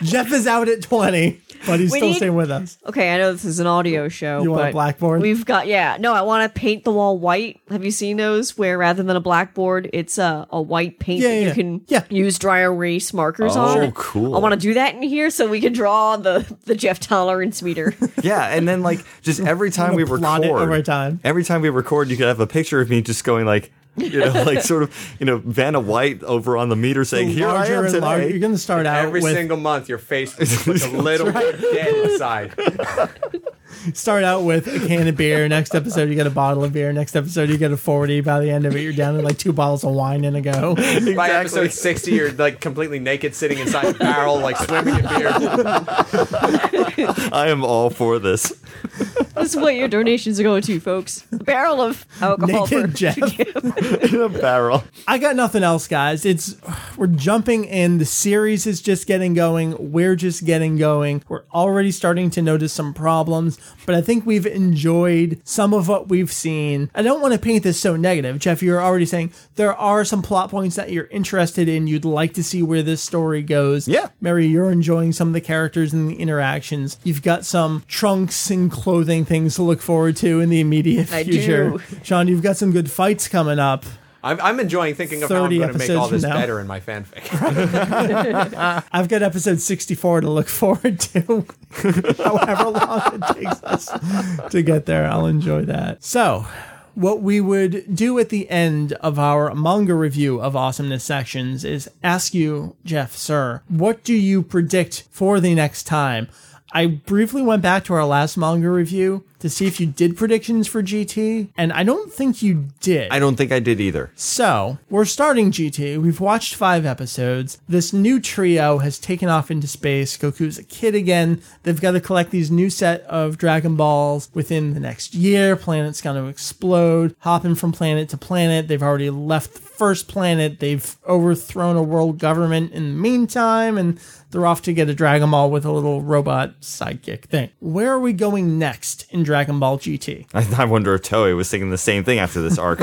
Jeff is out at twenty, but he's
We
still
need-
staying with us.
Okay, I know this is an audio show.
You want a
but
blackboard?
We've got yeah. No, I want to paint the wall white. Have you seen those where rather than a blackboard, it's a, a white paint
Yeah,
that you
yeah,
can
yeah.
use dry erase markers
Oh,
on?
Sure. cool.
I want to do that in here so we can draw the the Jeff tolerance meter.
Yeah, and then like just every time we
plot
record,
it every time.
every time we record, you could have a picture of me just going like, you know, like sort of, you know, Vanna White over on the meter saying, "Here I am today."
larger- You're gonna start out
Every
Uh, with
single month, your face puts a little bit dead aside.
start out with a can of beer. Next episode, you get a bottle of beer. Next episode, you get a forty. By the end of it, you're down to like two bottles of wine and a go.
By
Exactly.
episode 60, you're like completely naked, sitting inside a barrel, like swimming in beer.
I am all for this.
This is what your donations are going to, folks. A barrel of alcohol
Naked
for
Jeff.
in a barrel.
I got nothing else, guys. It's we're jumping in. The series is just getting going. We're just getting going. We're already starting to notice some problems, but I think we've enjoyed some of what we've seen. I don't want to paint this so negative, Jeff. You're already saying there are some plot points that you're interested in. You'd like to see where this story goes.
Yeah.
Mary, you're enjoying some of the characters and the interactions. You've got some trunks and clothing things to look forward to in the immediate
I
future.
do.
Sean, you've got some good fights coming up.
I'm, I'm enjoying thinking of how I'm
30
going to make all
episodes
this
from now.
better in my fanfic.
I've got episode 64 to look forward to, however long it takes us to get there. I'll enjoy that. So, what we would do at the end of our manga review of awesomeness sections is ask you, Jeff, sir, what do you predict for the next time? I briefly went back to our last manga review to see if you did predictions for GT, and I don't think you did.
I don't think I did either.
So, we're starting GT. We've watched five episodes. This new trio has taken off into space. Goku's a kid again. They've got to collect these new set of Dragon Balls within the next year. Planet's going to explode, hopping from planet to planet. They've already left the first planet. They've overthrown a world government in the meantime, and they're off to get a Dragon Ball with a little robot sidekick thing. Where are we going next in Dragon Ball GT?
I, I wonder if Toei was thinking the same thing after this arc.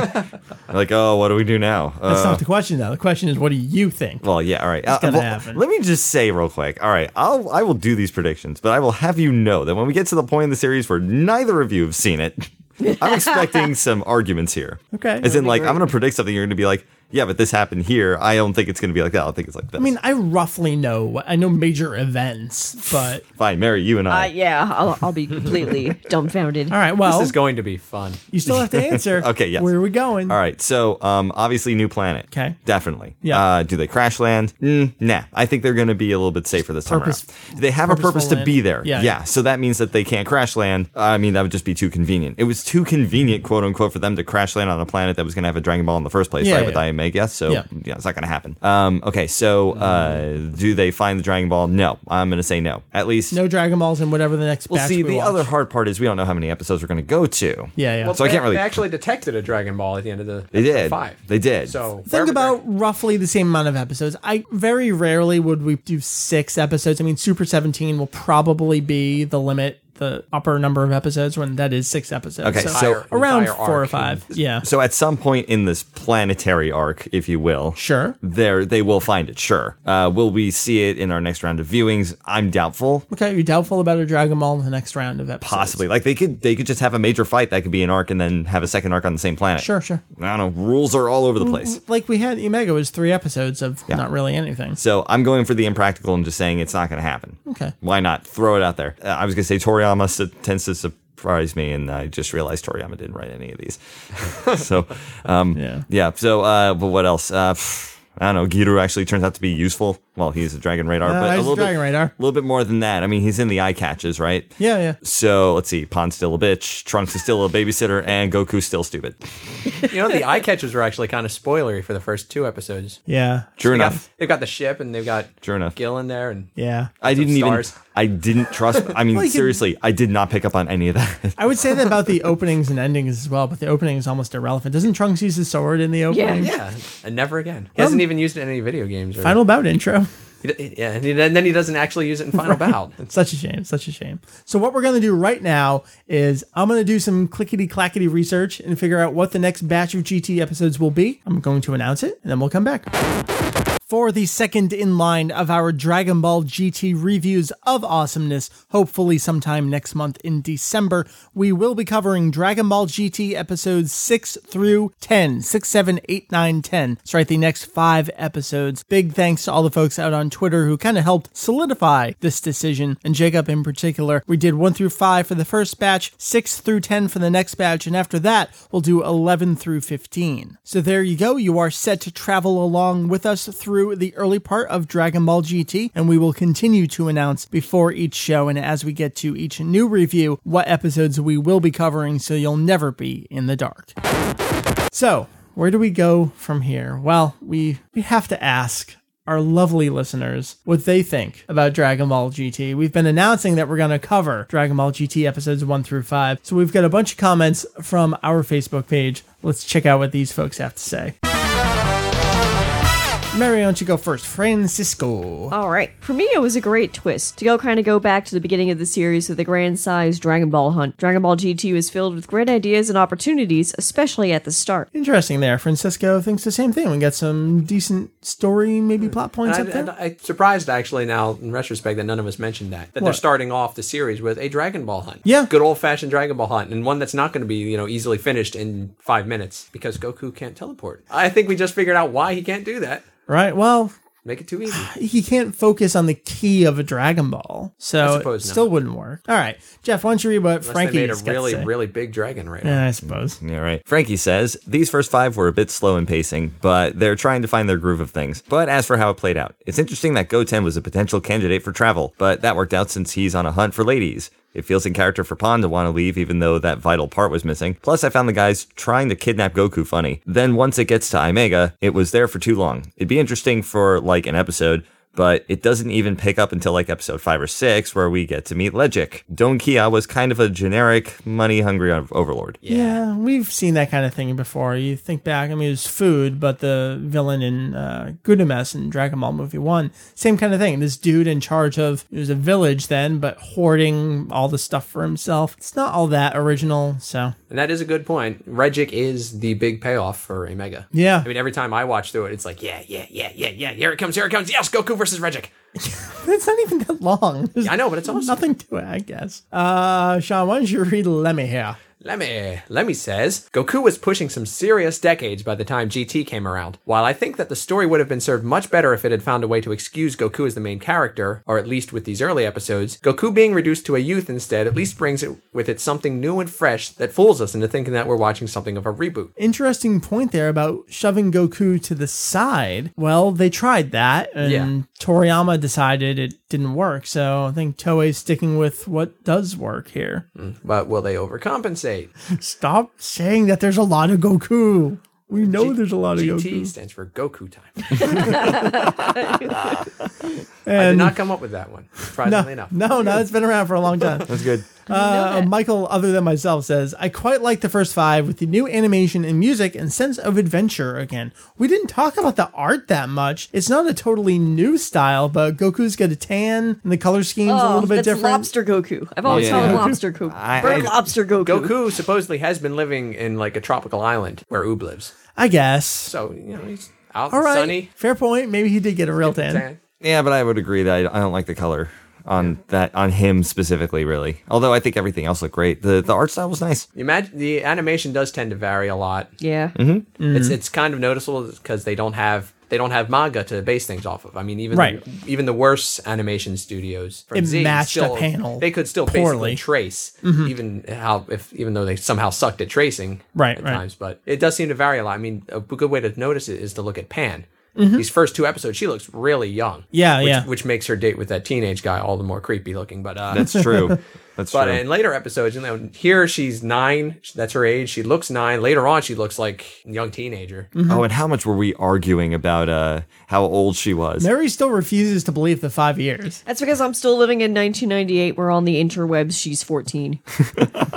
like, oh, what do we do now? Uh,
That's not the question, though. The question is, what do you think?
well, yeah, all right. Uh,
gonna
well,
happen.
Let me just say real quick. All right, I'll I will do these predictions, but I will have you know that when we get to the point in the series where neither of you have seen it, I'm expecting some arguments here.
Okay.
As in, like,
great.
I'm going to predict something. You're going to be like, yeah, but this happened here. I don't think it's going to be like that. I think it's like this.
I mean, I roughly know. what- I know major events, but
fine, Mary, you and I.
Uh, yeah, I'll, I'll be completely dumbfounded.
all right. Well,
This is going to be fun.
you still have to answer.
Okay, yes.
Where are we going?
All right, so um, obviously, new planet.
'Kay.
definitely.
Yeah.
Uh, do they crash land? Mm, nah, I think they're going to be a little bit safer this
Purpose-
time around. They have a
purposeful
purpose to be
land.
there.
Yeah.
So that means that they can't crash land. I mean, that would just be too convenient. It was too convenient, quote unquote, for them to crash land on a planet that was going to have a Dragon Ball in the first place,
Yeah,
right? With
yeah.
Diamond make, yes? So,
Yeah.
yeah, it's not going to happen. Um, okay, so uh, do they find the Dragon Ball? No. I'm going to say no. At least.
No Dragon Balls and whatever the next
Well,
batch
see,
we
the
watch.
other hard part is we don't know how many episodes we're going to go to.
Yeah, yeah.
Well,
So I
they-
can't really-
They actually detected a Dragon Ball at the end of the.
They did.
Five.
They did.
So
Think
wherever they're-
about roughly the same amount of episodes. I very rarely would we do six episodes. I mean, Super 17 will probably be the limit, the upper number of episodes when that is six episodes.
Okay,
so,
so-
Entire-
around
entire
four or
arc.
five. Yeah.
So at some point in this planetary arc, if you will,
Sure.
there they will find it. Sure, uh, will we see it in our next round of viewings? I'm doubtful.
Okay, you're doubtful about a Dragon Ball in the next round of episodes.
Possibly, like they could they could just have a major fight that could be an arc, and then have a second arc on the same planet.
Sure, Mm-hmm. sure.
I don't know. Rules are all over the place.
Like we had Omega was three episodes of not really anything.
So I'm going for the impractical and just saying it's not going to happen.
Okay.
Why not throw it out there? Uh, I was going to say Toriyama s- tends to surprise me, and I just realized Toriyama didn't write any of these. so um,
Yeah.
yeah. So uh, but what else? Uh, pff, I don't know. Giru actually turns out to be useful. Well, he's a dragon radar,
Uh,
but a
he's a
little
Dragon
bit,
Radar.
A little bit more than that. I mean, he's in the eye catches, right?
Yeah, yeah.
So let's see. Pon's still a bitch. Trunks is still a babysitter, and Goku's still stupid.
You know, the eye catchers were actually kind of spoilery for the first two episodes.
Yeah.
True
They got-
enough.
They've got the ship and they've got
True enough.
Gil in there and
Yeah.
I didn't even.
stars.
I didn't trust. I mean,
Like-
seriously, I did not pick up on any of that.
I would say that about the openings and endings as well, but the opening is almost irrelevant. Doesn't Trunks use his sword in the opening?
yeah, and never again.
Um,
He hasn't even used it in any video games. Or,
Final bout intro.
He d- yeah, and, he, and then he doesn't actually use it in Final Bout.
Such a shame. Such a shame. So what we're going to do right now is I'm going to do some clickety clackety research and figure out what the next batch of GT episodes will be. I'm going to announce it and then we'll come back. For the second in line of our Dragon Ball GT reviews of awesomeness, hopefully sometime next month in December, we will be covering Dragon Ball GT episodes 6 through 10, 6, 7, 8, 9, 10. That's right, the next five episodes. Big thanks to all the folks out on Twitter who kind of helped solidify this decision, and Jacob in particular. We did 1 through 5 for the first batch, 6 through 10 for the next batch, and after that, we'll do 11 through 15. So there you go. You are set to travel along with us through the early part of Dragon Ball GT, and we will continue to announce before each show and as we get to each new review what episodes we will be covering so you'll never be in the dark. So, where do we go from here? Well, we we have to ask our lovely listeners what they think about Dragon Ball GT. We've been announcing that we're going to cover Dragon Ball GT episodes 1 through 5. So we've got a bunch of comments from our Facebook page. Let's check out what these folks have to say. Mary, why don't you go first? Francisco.
All right. For me, it was a great twist to go kind of go back to the beginning of the series with the grand size Dragon Ball hunt. Dragon Ball GT was filled with great ideas and opportunities, especially at the start.
Interesting there. Francisco thinks the same thing. We got some decent story, maybe plot points up
And I,
there.
and I'm surprised actually now in retrospect that none of us mentioned that that
What?
they're starting off the series with a Dragon Ball hunt.
Yeah.
good old fashioned Dragon Ball hunt, and one that's not going to be you know easily finished in five minutes because Goku can't teleport. I think we just figured out why he can't do that.
right. Well,
Make it too easy.
he can't focus on the key of a Dragon Ball, so it
suppose not.
still wouldn't work. All right, Jeff, why don't you read what
Unless
Frankie
they made a
has got to
really
say?
really big dragon right
Yeah, I suppose.
All right. Frankie says these first five were a bit slow in pacing, but they're trying to find their groove of things. But as for how it played out, it's interesting that Goten was a potential candidate for travel, but that worked out since he's on a hunt for ladies. It feels in character for Pon to want to leave, even though that vital part was missing. Plus, I found the guys trying to kidnap Goku funny. Then once it gets to Imega, it was there for too long. It'd be interesting for like an episode, but it doesn't even pick up until like episode five or six, where we get to meet Legic. Don Kia was kind of a generic money hungry overlord.
Yeah. we've seen that kind of thing before. You think back, I mean, it was food, but the villain in uh, Gudames in Dragon Ball Movie 1, same kind of thing. This dude in charge of, it was a village then, but hoarding all the stuff for himself. It's not all that original, so.
And that is a good point. Regic is the big payoff for Omega.
Yeah.
I mean, every time I watch through it, it's like, yeah, yeah, yeah, yeah, yeah. Here it comes, here it comes. Yes, Goku versus Regic.
It's not even that long. There's
I know, but it's awesome.
nothing to it, I guess. Uh, Sean, why don't you read Lemmy here?
Lemmy. Lemmy says Goku was pushing some serious decades by the time GT came around. While I think that the story would have been served much better if it had found a way to excuse Goku as the main character, or at least with these early episodes, Goku being reduced to a youth instead at least brings it with it something new and fresh that fools us into thinking that we're watching something of a reboot.
interesting point there about shoving Goku to the side. Well, they tried that, and
Yeah.
Toriyama decided it didn't work. So I think Toei's sticking with what does work here.
Mm. But will they overcompensate?
Stop saying that there's a lot of Goku. We know there's a lot of
GT
Goku.
stands for Goku time. I did
And
not come up with that one, surprisingly
no,
enough.
no, no, it's been around for a long time.
That's good.
Uh, Michael, other than myself, says, I quite like the first five with the new animation and music and sense of adventure again. We didn't talk about the art that much. It's not a totally new style, but Goku's got a tan and the color scheme's a
Oh,
little bit
that's
different.
lobster Goku. I've always
Yeah.
called him lobster Goku.
I-
Burn
I-
lobster Goku.
Goku supposedly has been living in like a tropical island where Oob lives.
I guess.
So, you know, he's out
All right.
sunny.
Fair point. Maybe he did get a real tan.
tan.
Yeah, but I would agree that I, I don't like the color on that on him specifically. Really, although I think everything else looked great. the The art style was nice.
You imagine the animation does tend to vary a lot.
Yeah.
Mm-hmm.
It's it's kind of noticeable because they don't have they don't have manga to base things off of. I mean, even
Right.
the, even the worst animation studios from
It
Z
matched a
still,
panel
They could still
poorly. Mm-hmm.
basically trace even how if even though they somehow sucked at tracing
Right,
at
right.
times, but it does seem to vary a lot. I mean, a good way to notice it is to look at Pan. These first two episodes, she looks really young.
Mm-hmm. Yeah,
which,
yeah.
Which makes her date with that teenage guy all the more creepy looking. But uh,
That's true. That's
but
true.
in later episodes, you know, here she's nine. That's her age. She looks nine. Later on, she looks like a young teenager.
oh, and how much were we arguing about uh, how old she was?
Mary still refuses to believe the five years.
That's because I'm still living in 1998, where on the interwebs she's 14.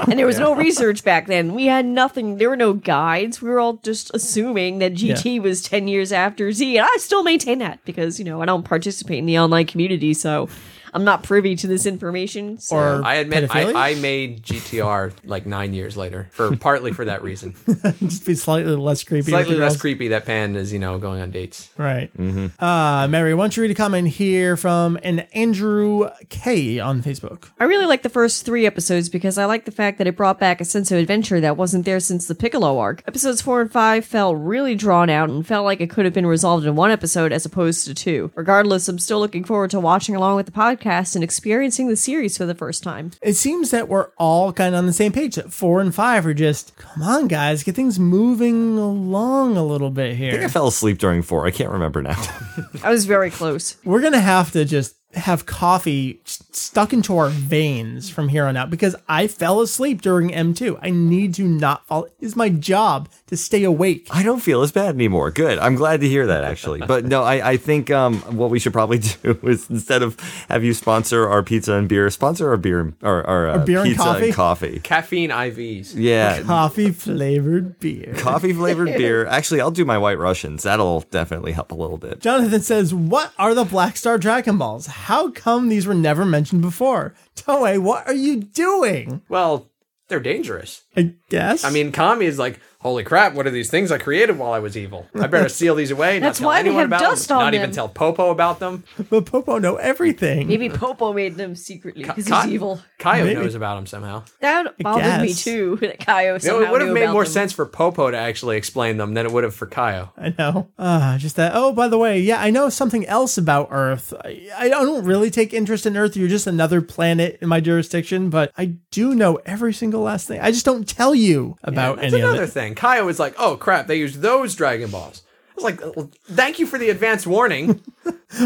and there was no research back then. We had nothing. There were no guides. We were all just assuming that GT was 10 years after Z. And I still maintain that because, you know, I don't participate in the online community, so I'm not privy to this information. So.
Or-
I admit,
Pedophilia?
I, I made GTR like nine years later for partly for that reason.
Just be slightly less creepy. with
Slightly
the
less
girls.
creepy that Pan is, you know, going on dates.
Right. Uh, Mary, why don't you read a comment here from an Andrew K on Facebook?
I really like the first three episodes because I like the fact that it brought back a sense of adventure that wasn't there since the Piccolo arc. Episodes four and five felt really drawn out and felt like it could have been resolved in one episode as opposed to two. Regardless, I'm still looking forward to watching along with the podcast and experiencing the series for the first time.
it seems that we're all kind of on the same page. That four and five are just, come on, guys, get things moving along a little bit
I think I
here.
fell asleep during four. I can't remember now.
I was very close.
We're going to have to just have coffee s- stuck into our veins from here on out because I fell asleep during M2. I need to not fall. It's my job to stay awake.
I don't feel as bad anymore. Good. I'm glad to hear that actually. But no, I, I think um, what we should probably do is instead of have you sponsor our pizza and beer, sponsor our beer and- or our, uh,
beer and
pizza
coffee?
and coffee.
Caffeine IVs.
Yeah.
Coffee flavored beer.
Coffee flavored beer. Actually, I'll do my White Russians. That'll definitely help a little bit.
Jonathan says, What are the Black Star Dragon Balls? How come these were never mentioned before? Toei, what are you doing?
Well, they're dangerous.
I guess.
I mean, Kami is like, holy crap, what are these things I created while I was evil? I better seal these away. Not
That's
tell
why they
anyone
have
about
dust
them,
on
Not even
them.
tell Popo about them.
but Popo know everything.
Maybe Popo made them secretly because
Ka-
he's evil.
Kaio knows about him somehow.
That bothered me
guess.
too. That Kaio
You know,
somehow
it would have
knew
made
about
more
them.
sense for Popo to actually explain them than it would have for Kaio.
I know. Uh, just that. Oh, by the way, yeah, I know something else about Earth. I, I don't really take interest in Earth. You're just another planet in my jurisdiction, but I do know every single last thing. I just don't tell you about
That's
any of
another
it.
thing. Kaio was like, "Oh crap, they used those Dragon Balls." I was like, "Well, "Thank you for the advance warning."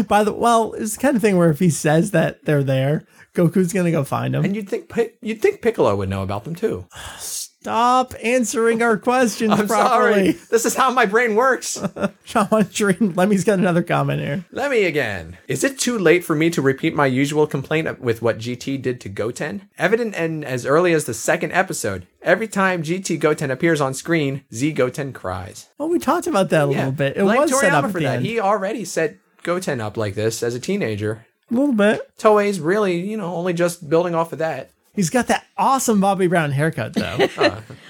By the well, it's the kind of thing where if he says that they're there, Goku's gonna go find them.
and you'd think Pi- you'd think Piccolo would know about them too.
Stop answering our questions
I'm sorry.
properly.
This is how my brain works.
Sean Dream Lemmy's got another comment here.
Let me again. Is it too late for me to repeat my usual complaint with what GT did to Goten? Evident and as early as the second episode, every time GT Goten appears on screen, Z Goten cries.
Well, we talked about that a little bit. It
blame
was set
Toriyama
up at
for
the
that.
end.
He already set Goten up like this as a teenager.
a little bit.
Toei's really, you know, only just building off of that.
He's got that awesome Bobby Brown haircut though.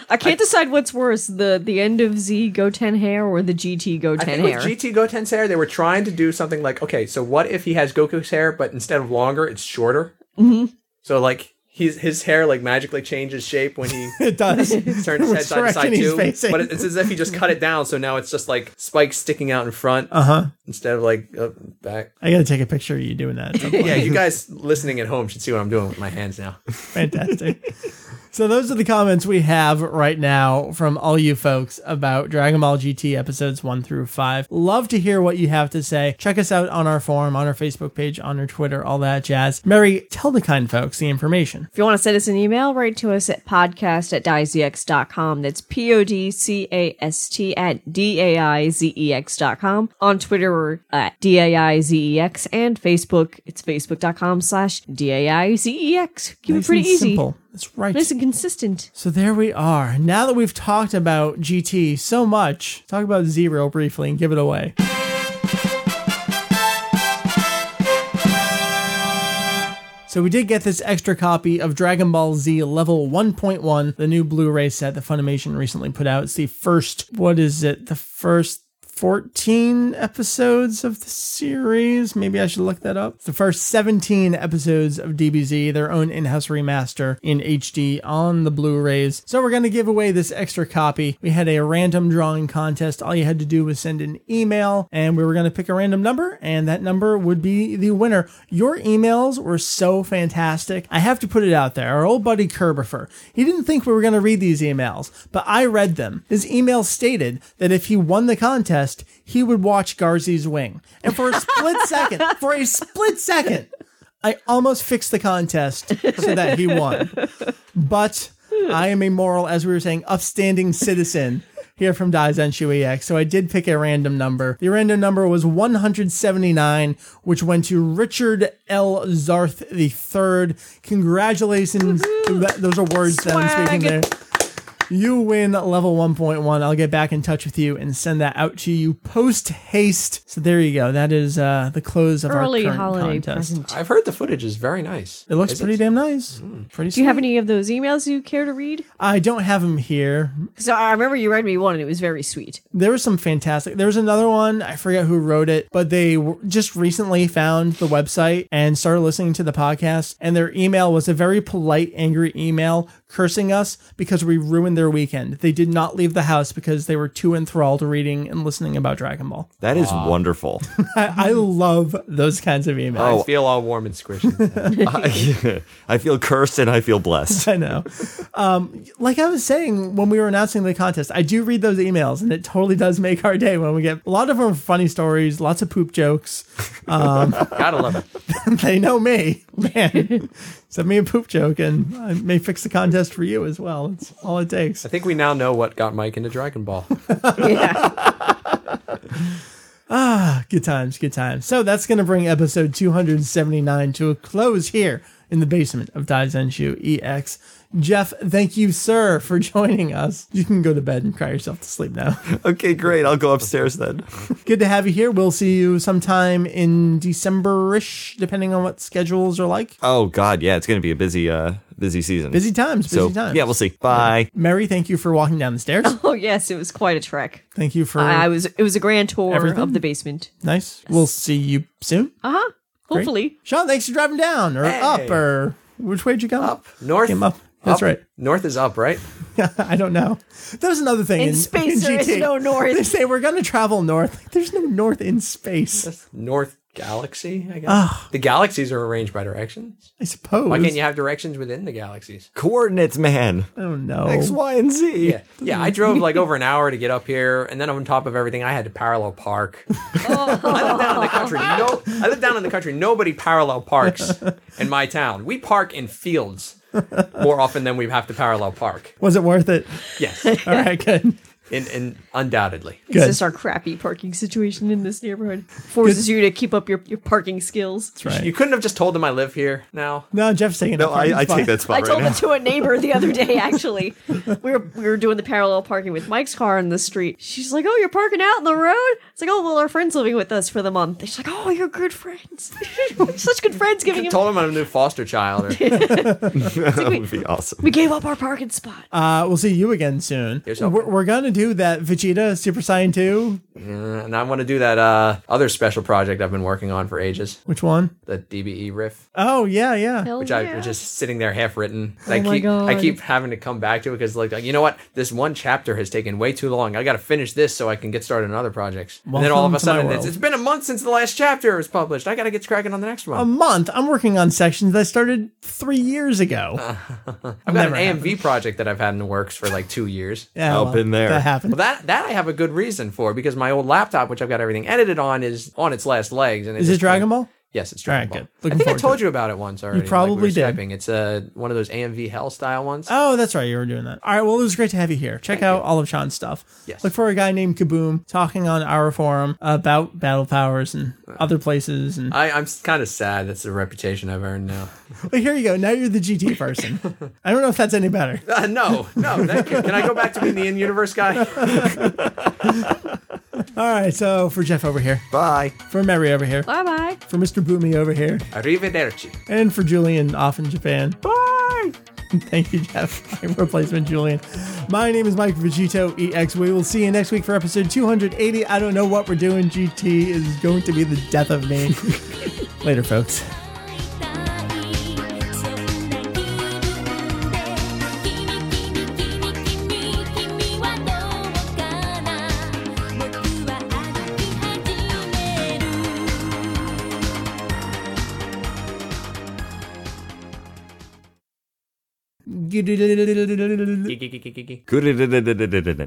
I can't decide what's worse the the end of Z Goten hair or the GT
I
Goten
think
hair.
with GT Goten's hair, they were trying to do something like, okay, so what if he has Goku's hair, but instead of longer, it's shorter? Mm-hmm. So like his his hair like magically changes shape when he
it does.
turns his head side to side
direction he's
too.
facing.
But it's as if he just cut it down, so now it's just like spikes sticking out in front
Uh-huh.
instead of like up back.
I gotta take a picture of you doing that. That's
Yeah, you guys listening at home should see what I'm doing with my hands now.
fantastic. So those are the comments we have right now from all you folks about Dragon Ball GT episodes 1 through 5. Love to hear what you have to say. Check us out on our forum, on our Facebook page, on our Twitter, all that jazz. Mary, tell the kind folks the information.
If you want to send us an email, write to us at podcast at dizex.com. That's P O D C A S T at D A I Z E X.com. On Twitter, we're at D A I Z E X. And Facebook, it's facebook.com slash D A I Z E X. Keep it
Nice
pretty
and
easy.
Simple. That's right.
Nice and consistent.
So there we are. Now that we've talked about GT so much, talk about Zero briefly and give it away. So we did get this extra copy of Dragon Ball Z Level 1.1, the new Blu-ray set that Funimation recently put out. It's the first, what is it? The first 14 episodes of the series. Maybe I should look that up. It's the first 17 episodes of DBZ, their own in-house remaster in HD on the Blu-rays. So we're going to give away this extra copy. We had a random drawing contest. All you had to do was send an email and we were going to pick a random number and that number would be the winner. Your emails were so fantastic. I have to put it out there. Our old buddy Kerbifer, he didn't think we were going to read these emails, but I read them. His email stated that if he won the contest, he would watch Garzi's Wing. And for a split second, for a split second, I almost fixed the contest so that he won. But
Hmm.
I am a moral, as we were saying, upstanding citizen here from Daisen Shuex. So I did pick a random number. The random number was 179, which went to Richard L. Zarth III. Congratulations. Th- Those are words that I'm speaking there.
Swag.
You win level 1.1. I'll get back in touch with you and send that out to you post haste. So there you go. That is uh, the close of
Early
our current
holiday
contest.
present. Hmm.
I've heard the footage is very nice.
It looks
Is
pretty damn nice. Pretty.
Do you have
sweet.
any of those emails you care to read?
I don't have them here.
So I remember you read me one and it was very sweet.
There was some fantastic. There was another one. I forget who wrote it, but they w- just recently found the website and started listening to the podcast. And their email was a very polite, angry email cursing us because we ruined their weekend. They did not leave the house because they were too enthralled reading and listening about Dragon Ball.
That is wonderful.
I, I love those kinds of emails.
I feel all warm and squishy.
I, I feel cursed and I feel blessed.
I know. Um, like I was saying when we were announcing the contest, I do read those emails, and it totally does make our day when we get a lot of them are funny stories, lots of poop jokes.
Gotta love it.
they know me, man. Send me a poop joke, and I may fix the contest for you as well. It's all it takes.
I think we now know what got Mike into Dragon Ball.
Yeah.
Good times, good times. So that's going to bring episode 279 to a close here in the basement of Daizenshu EX. Jeff, thank you, sir, for joining us. You can go to bed and cry yourself to sleep now.
Okay, great. I'll go upstairs then.
good to have you here. We'll see you sometime in December-ish, depending on what schedules are like.
Oh God, yeah, it's gonna be a busy, uh, busy season.
Busy times, busy
So
times.
yeah, we'll see. Bye.
Mary, thank you for walking down the stairs.
oh yes, it was quite a trek.
thank you for
I, I was it was a grand tour
Everything?
of the basement. Uh-huh.
nice. We'll see you soon. Great.
Hopefully.
Sean, thanks for driving down or up or which way did you come? Up
North.
Came up. That's
up-
right.
North is up, right?
I don't know. That was another thing.
In space, there is no north.
They say we're going to travel north. Like, there's no north in space.
North Galaxy, I guess. The galaxies are arranged by directions.
I suppose.
Why can't you have directions within the galaxies?
Coordinates, man.
I don't know.
X, Y, and Z.
Yeah. Yeah, I drove like over an hour to get up here, and then on top of everything, I had to parallel park. I
Oh.
live down in the country. No, I live down in the country. Nobody parallel parks in my town. We park in fields more often than we have to parallel park.
Was it worth it?
Yes,
All right, good.
and, and undoubtedly.
Good.
It's just our crappy parking situation in this neighborhood. Forces you to keep up your, your parking skills.
That's right.
You couldn't have just told them I live here now.
no, Jeff's taking
No, I, I take that
I
spot right
told
now.
it to a neighbor the other day, actually. We were, we were doing the parallel parking with Mike's car in the street. She's like, Oh, you're parking out in the road? It's like, Oh, well, our friend's living with us for the month. She's like, Oh, you're good friends. We're Such good friends giving him.
Told them I'm a new foster child. Or,
that would be awesome.
We gave up our parking spot.
Uh, we'll see you again soon.
Here's
We're,
hoping.
we're going to do that Vegeta Super Saiyan 2
And I want to do that uh, other special project I've been working on for ages,
Which one?
the DBE riff,
Oh yeah, yeah.
Hell
which I
yeah.
was just sitting there half written. I
Oh my
keep I
God.
keep having to come back to it because like you know what, this one chapter has taken way too long. I got to finish this so I can get started on other projects. and then all of
Welcome
a
to my
sudden, it's,
world.
it's been a month since the last chapter was published. I got to get cracking on the next one.
A month. I'm working on sections that started three years ago.
I've got an
never
AMV project that I've had in the works for like two years.
yeah,
I've been there.
That happened.
Well, that that I have a good reason for because my old laptop, which I've got everything edited on, is on its last legs. And
Is it
just-
Dragon Ball?
Yes, it's Dragon
All right,
Ball.
good. Looking
I think I
forward to
told you about it once already. like we
probably
were
did.
Skyping. It's uh, one of those AMV Hell style ones.
Oh, that's right. You were doing that. All right. Well, it was great to have you here. Check out all of Sean's stuff.
Yes.
Look for a guy named Kaboom talking on our forum about battle powers and other places. And
I, I'm kind of sad. That's the reputation I've earned now.
well, oh, here you go. Now you're the GT person. I don't know if that's any better.
Uh, no, no, thank you. Can I go back to being the in-universe guy?
All right. So for Jeff over here,
Bye.
for Mary over here,
Bye bye.
for Mr. Boomy over here,
Arrivederci.
and for Julian off in Japan.
Bye.
Thank you, Jeff. My replacement, Julian. My name is Mike Vegito EX. We will see you next week for episode 280. I don't know what we're doing. GT is going to be the death of me. Later, folks.
「そんな気分で君と君君君はどうかな」「僕は歩き始める」
Gee, gee, gee, gee, gee, gee.
Good.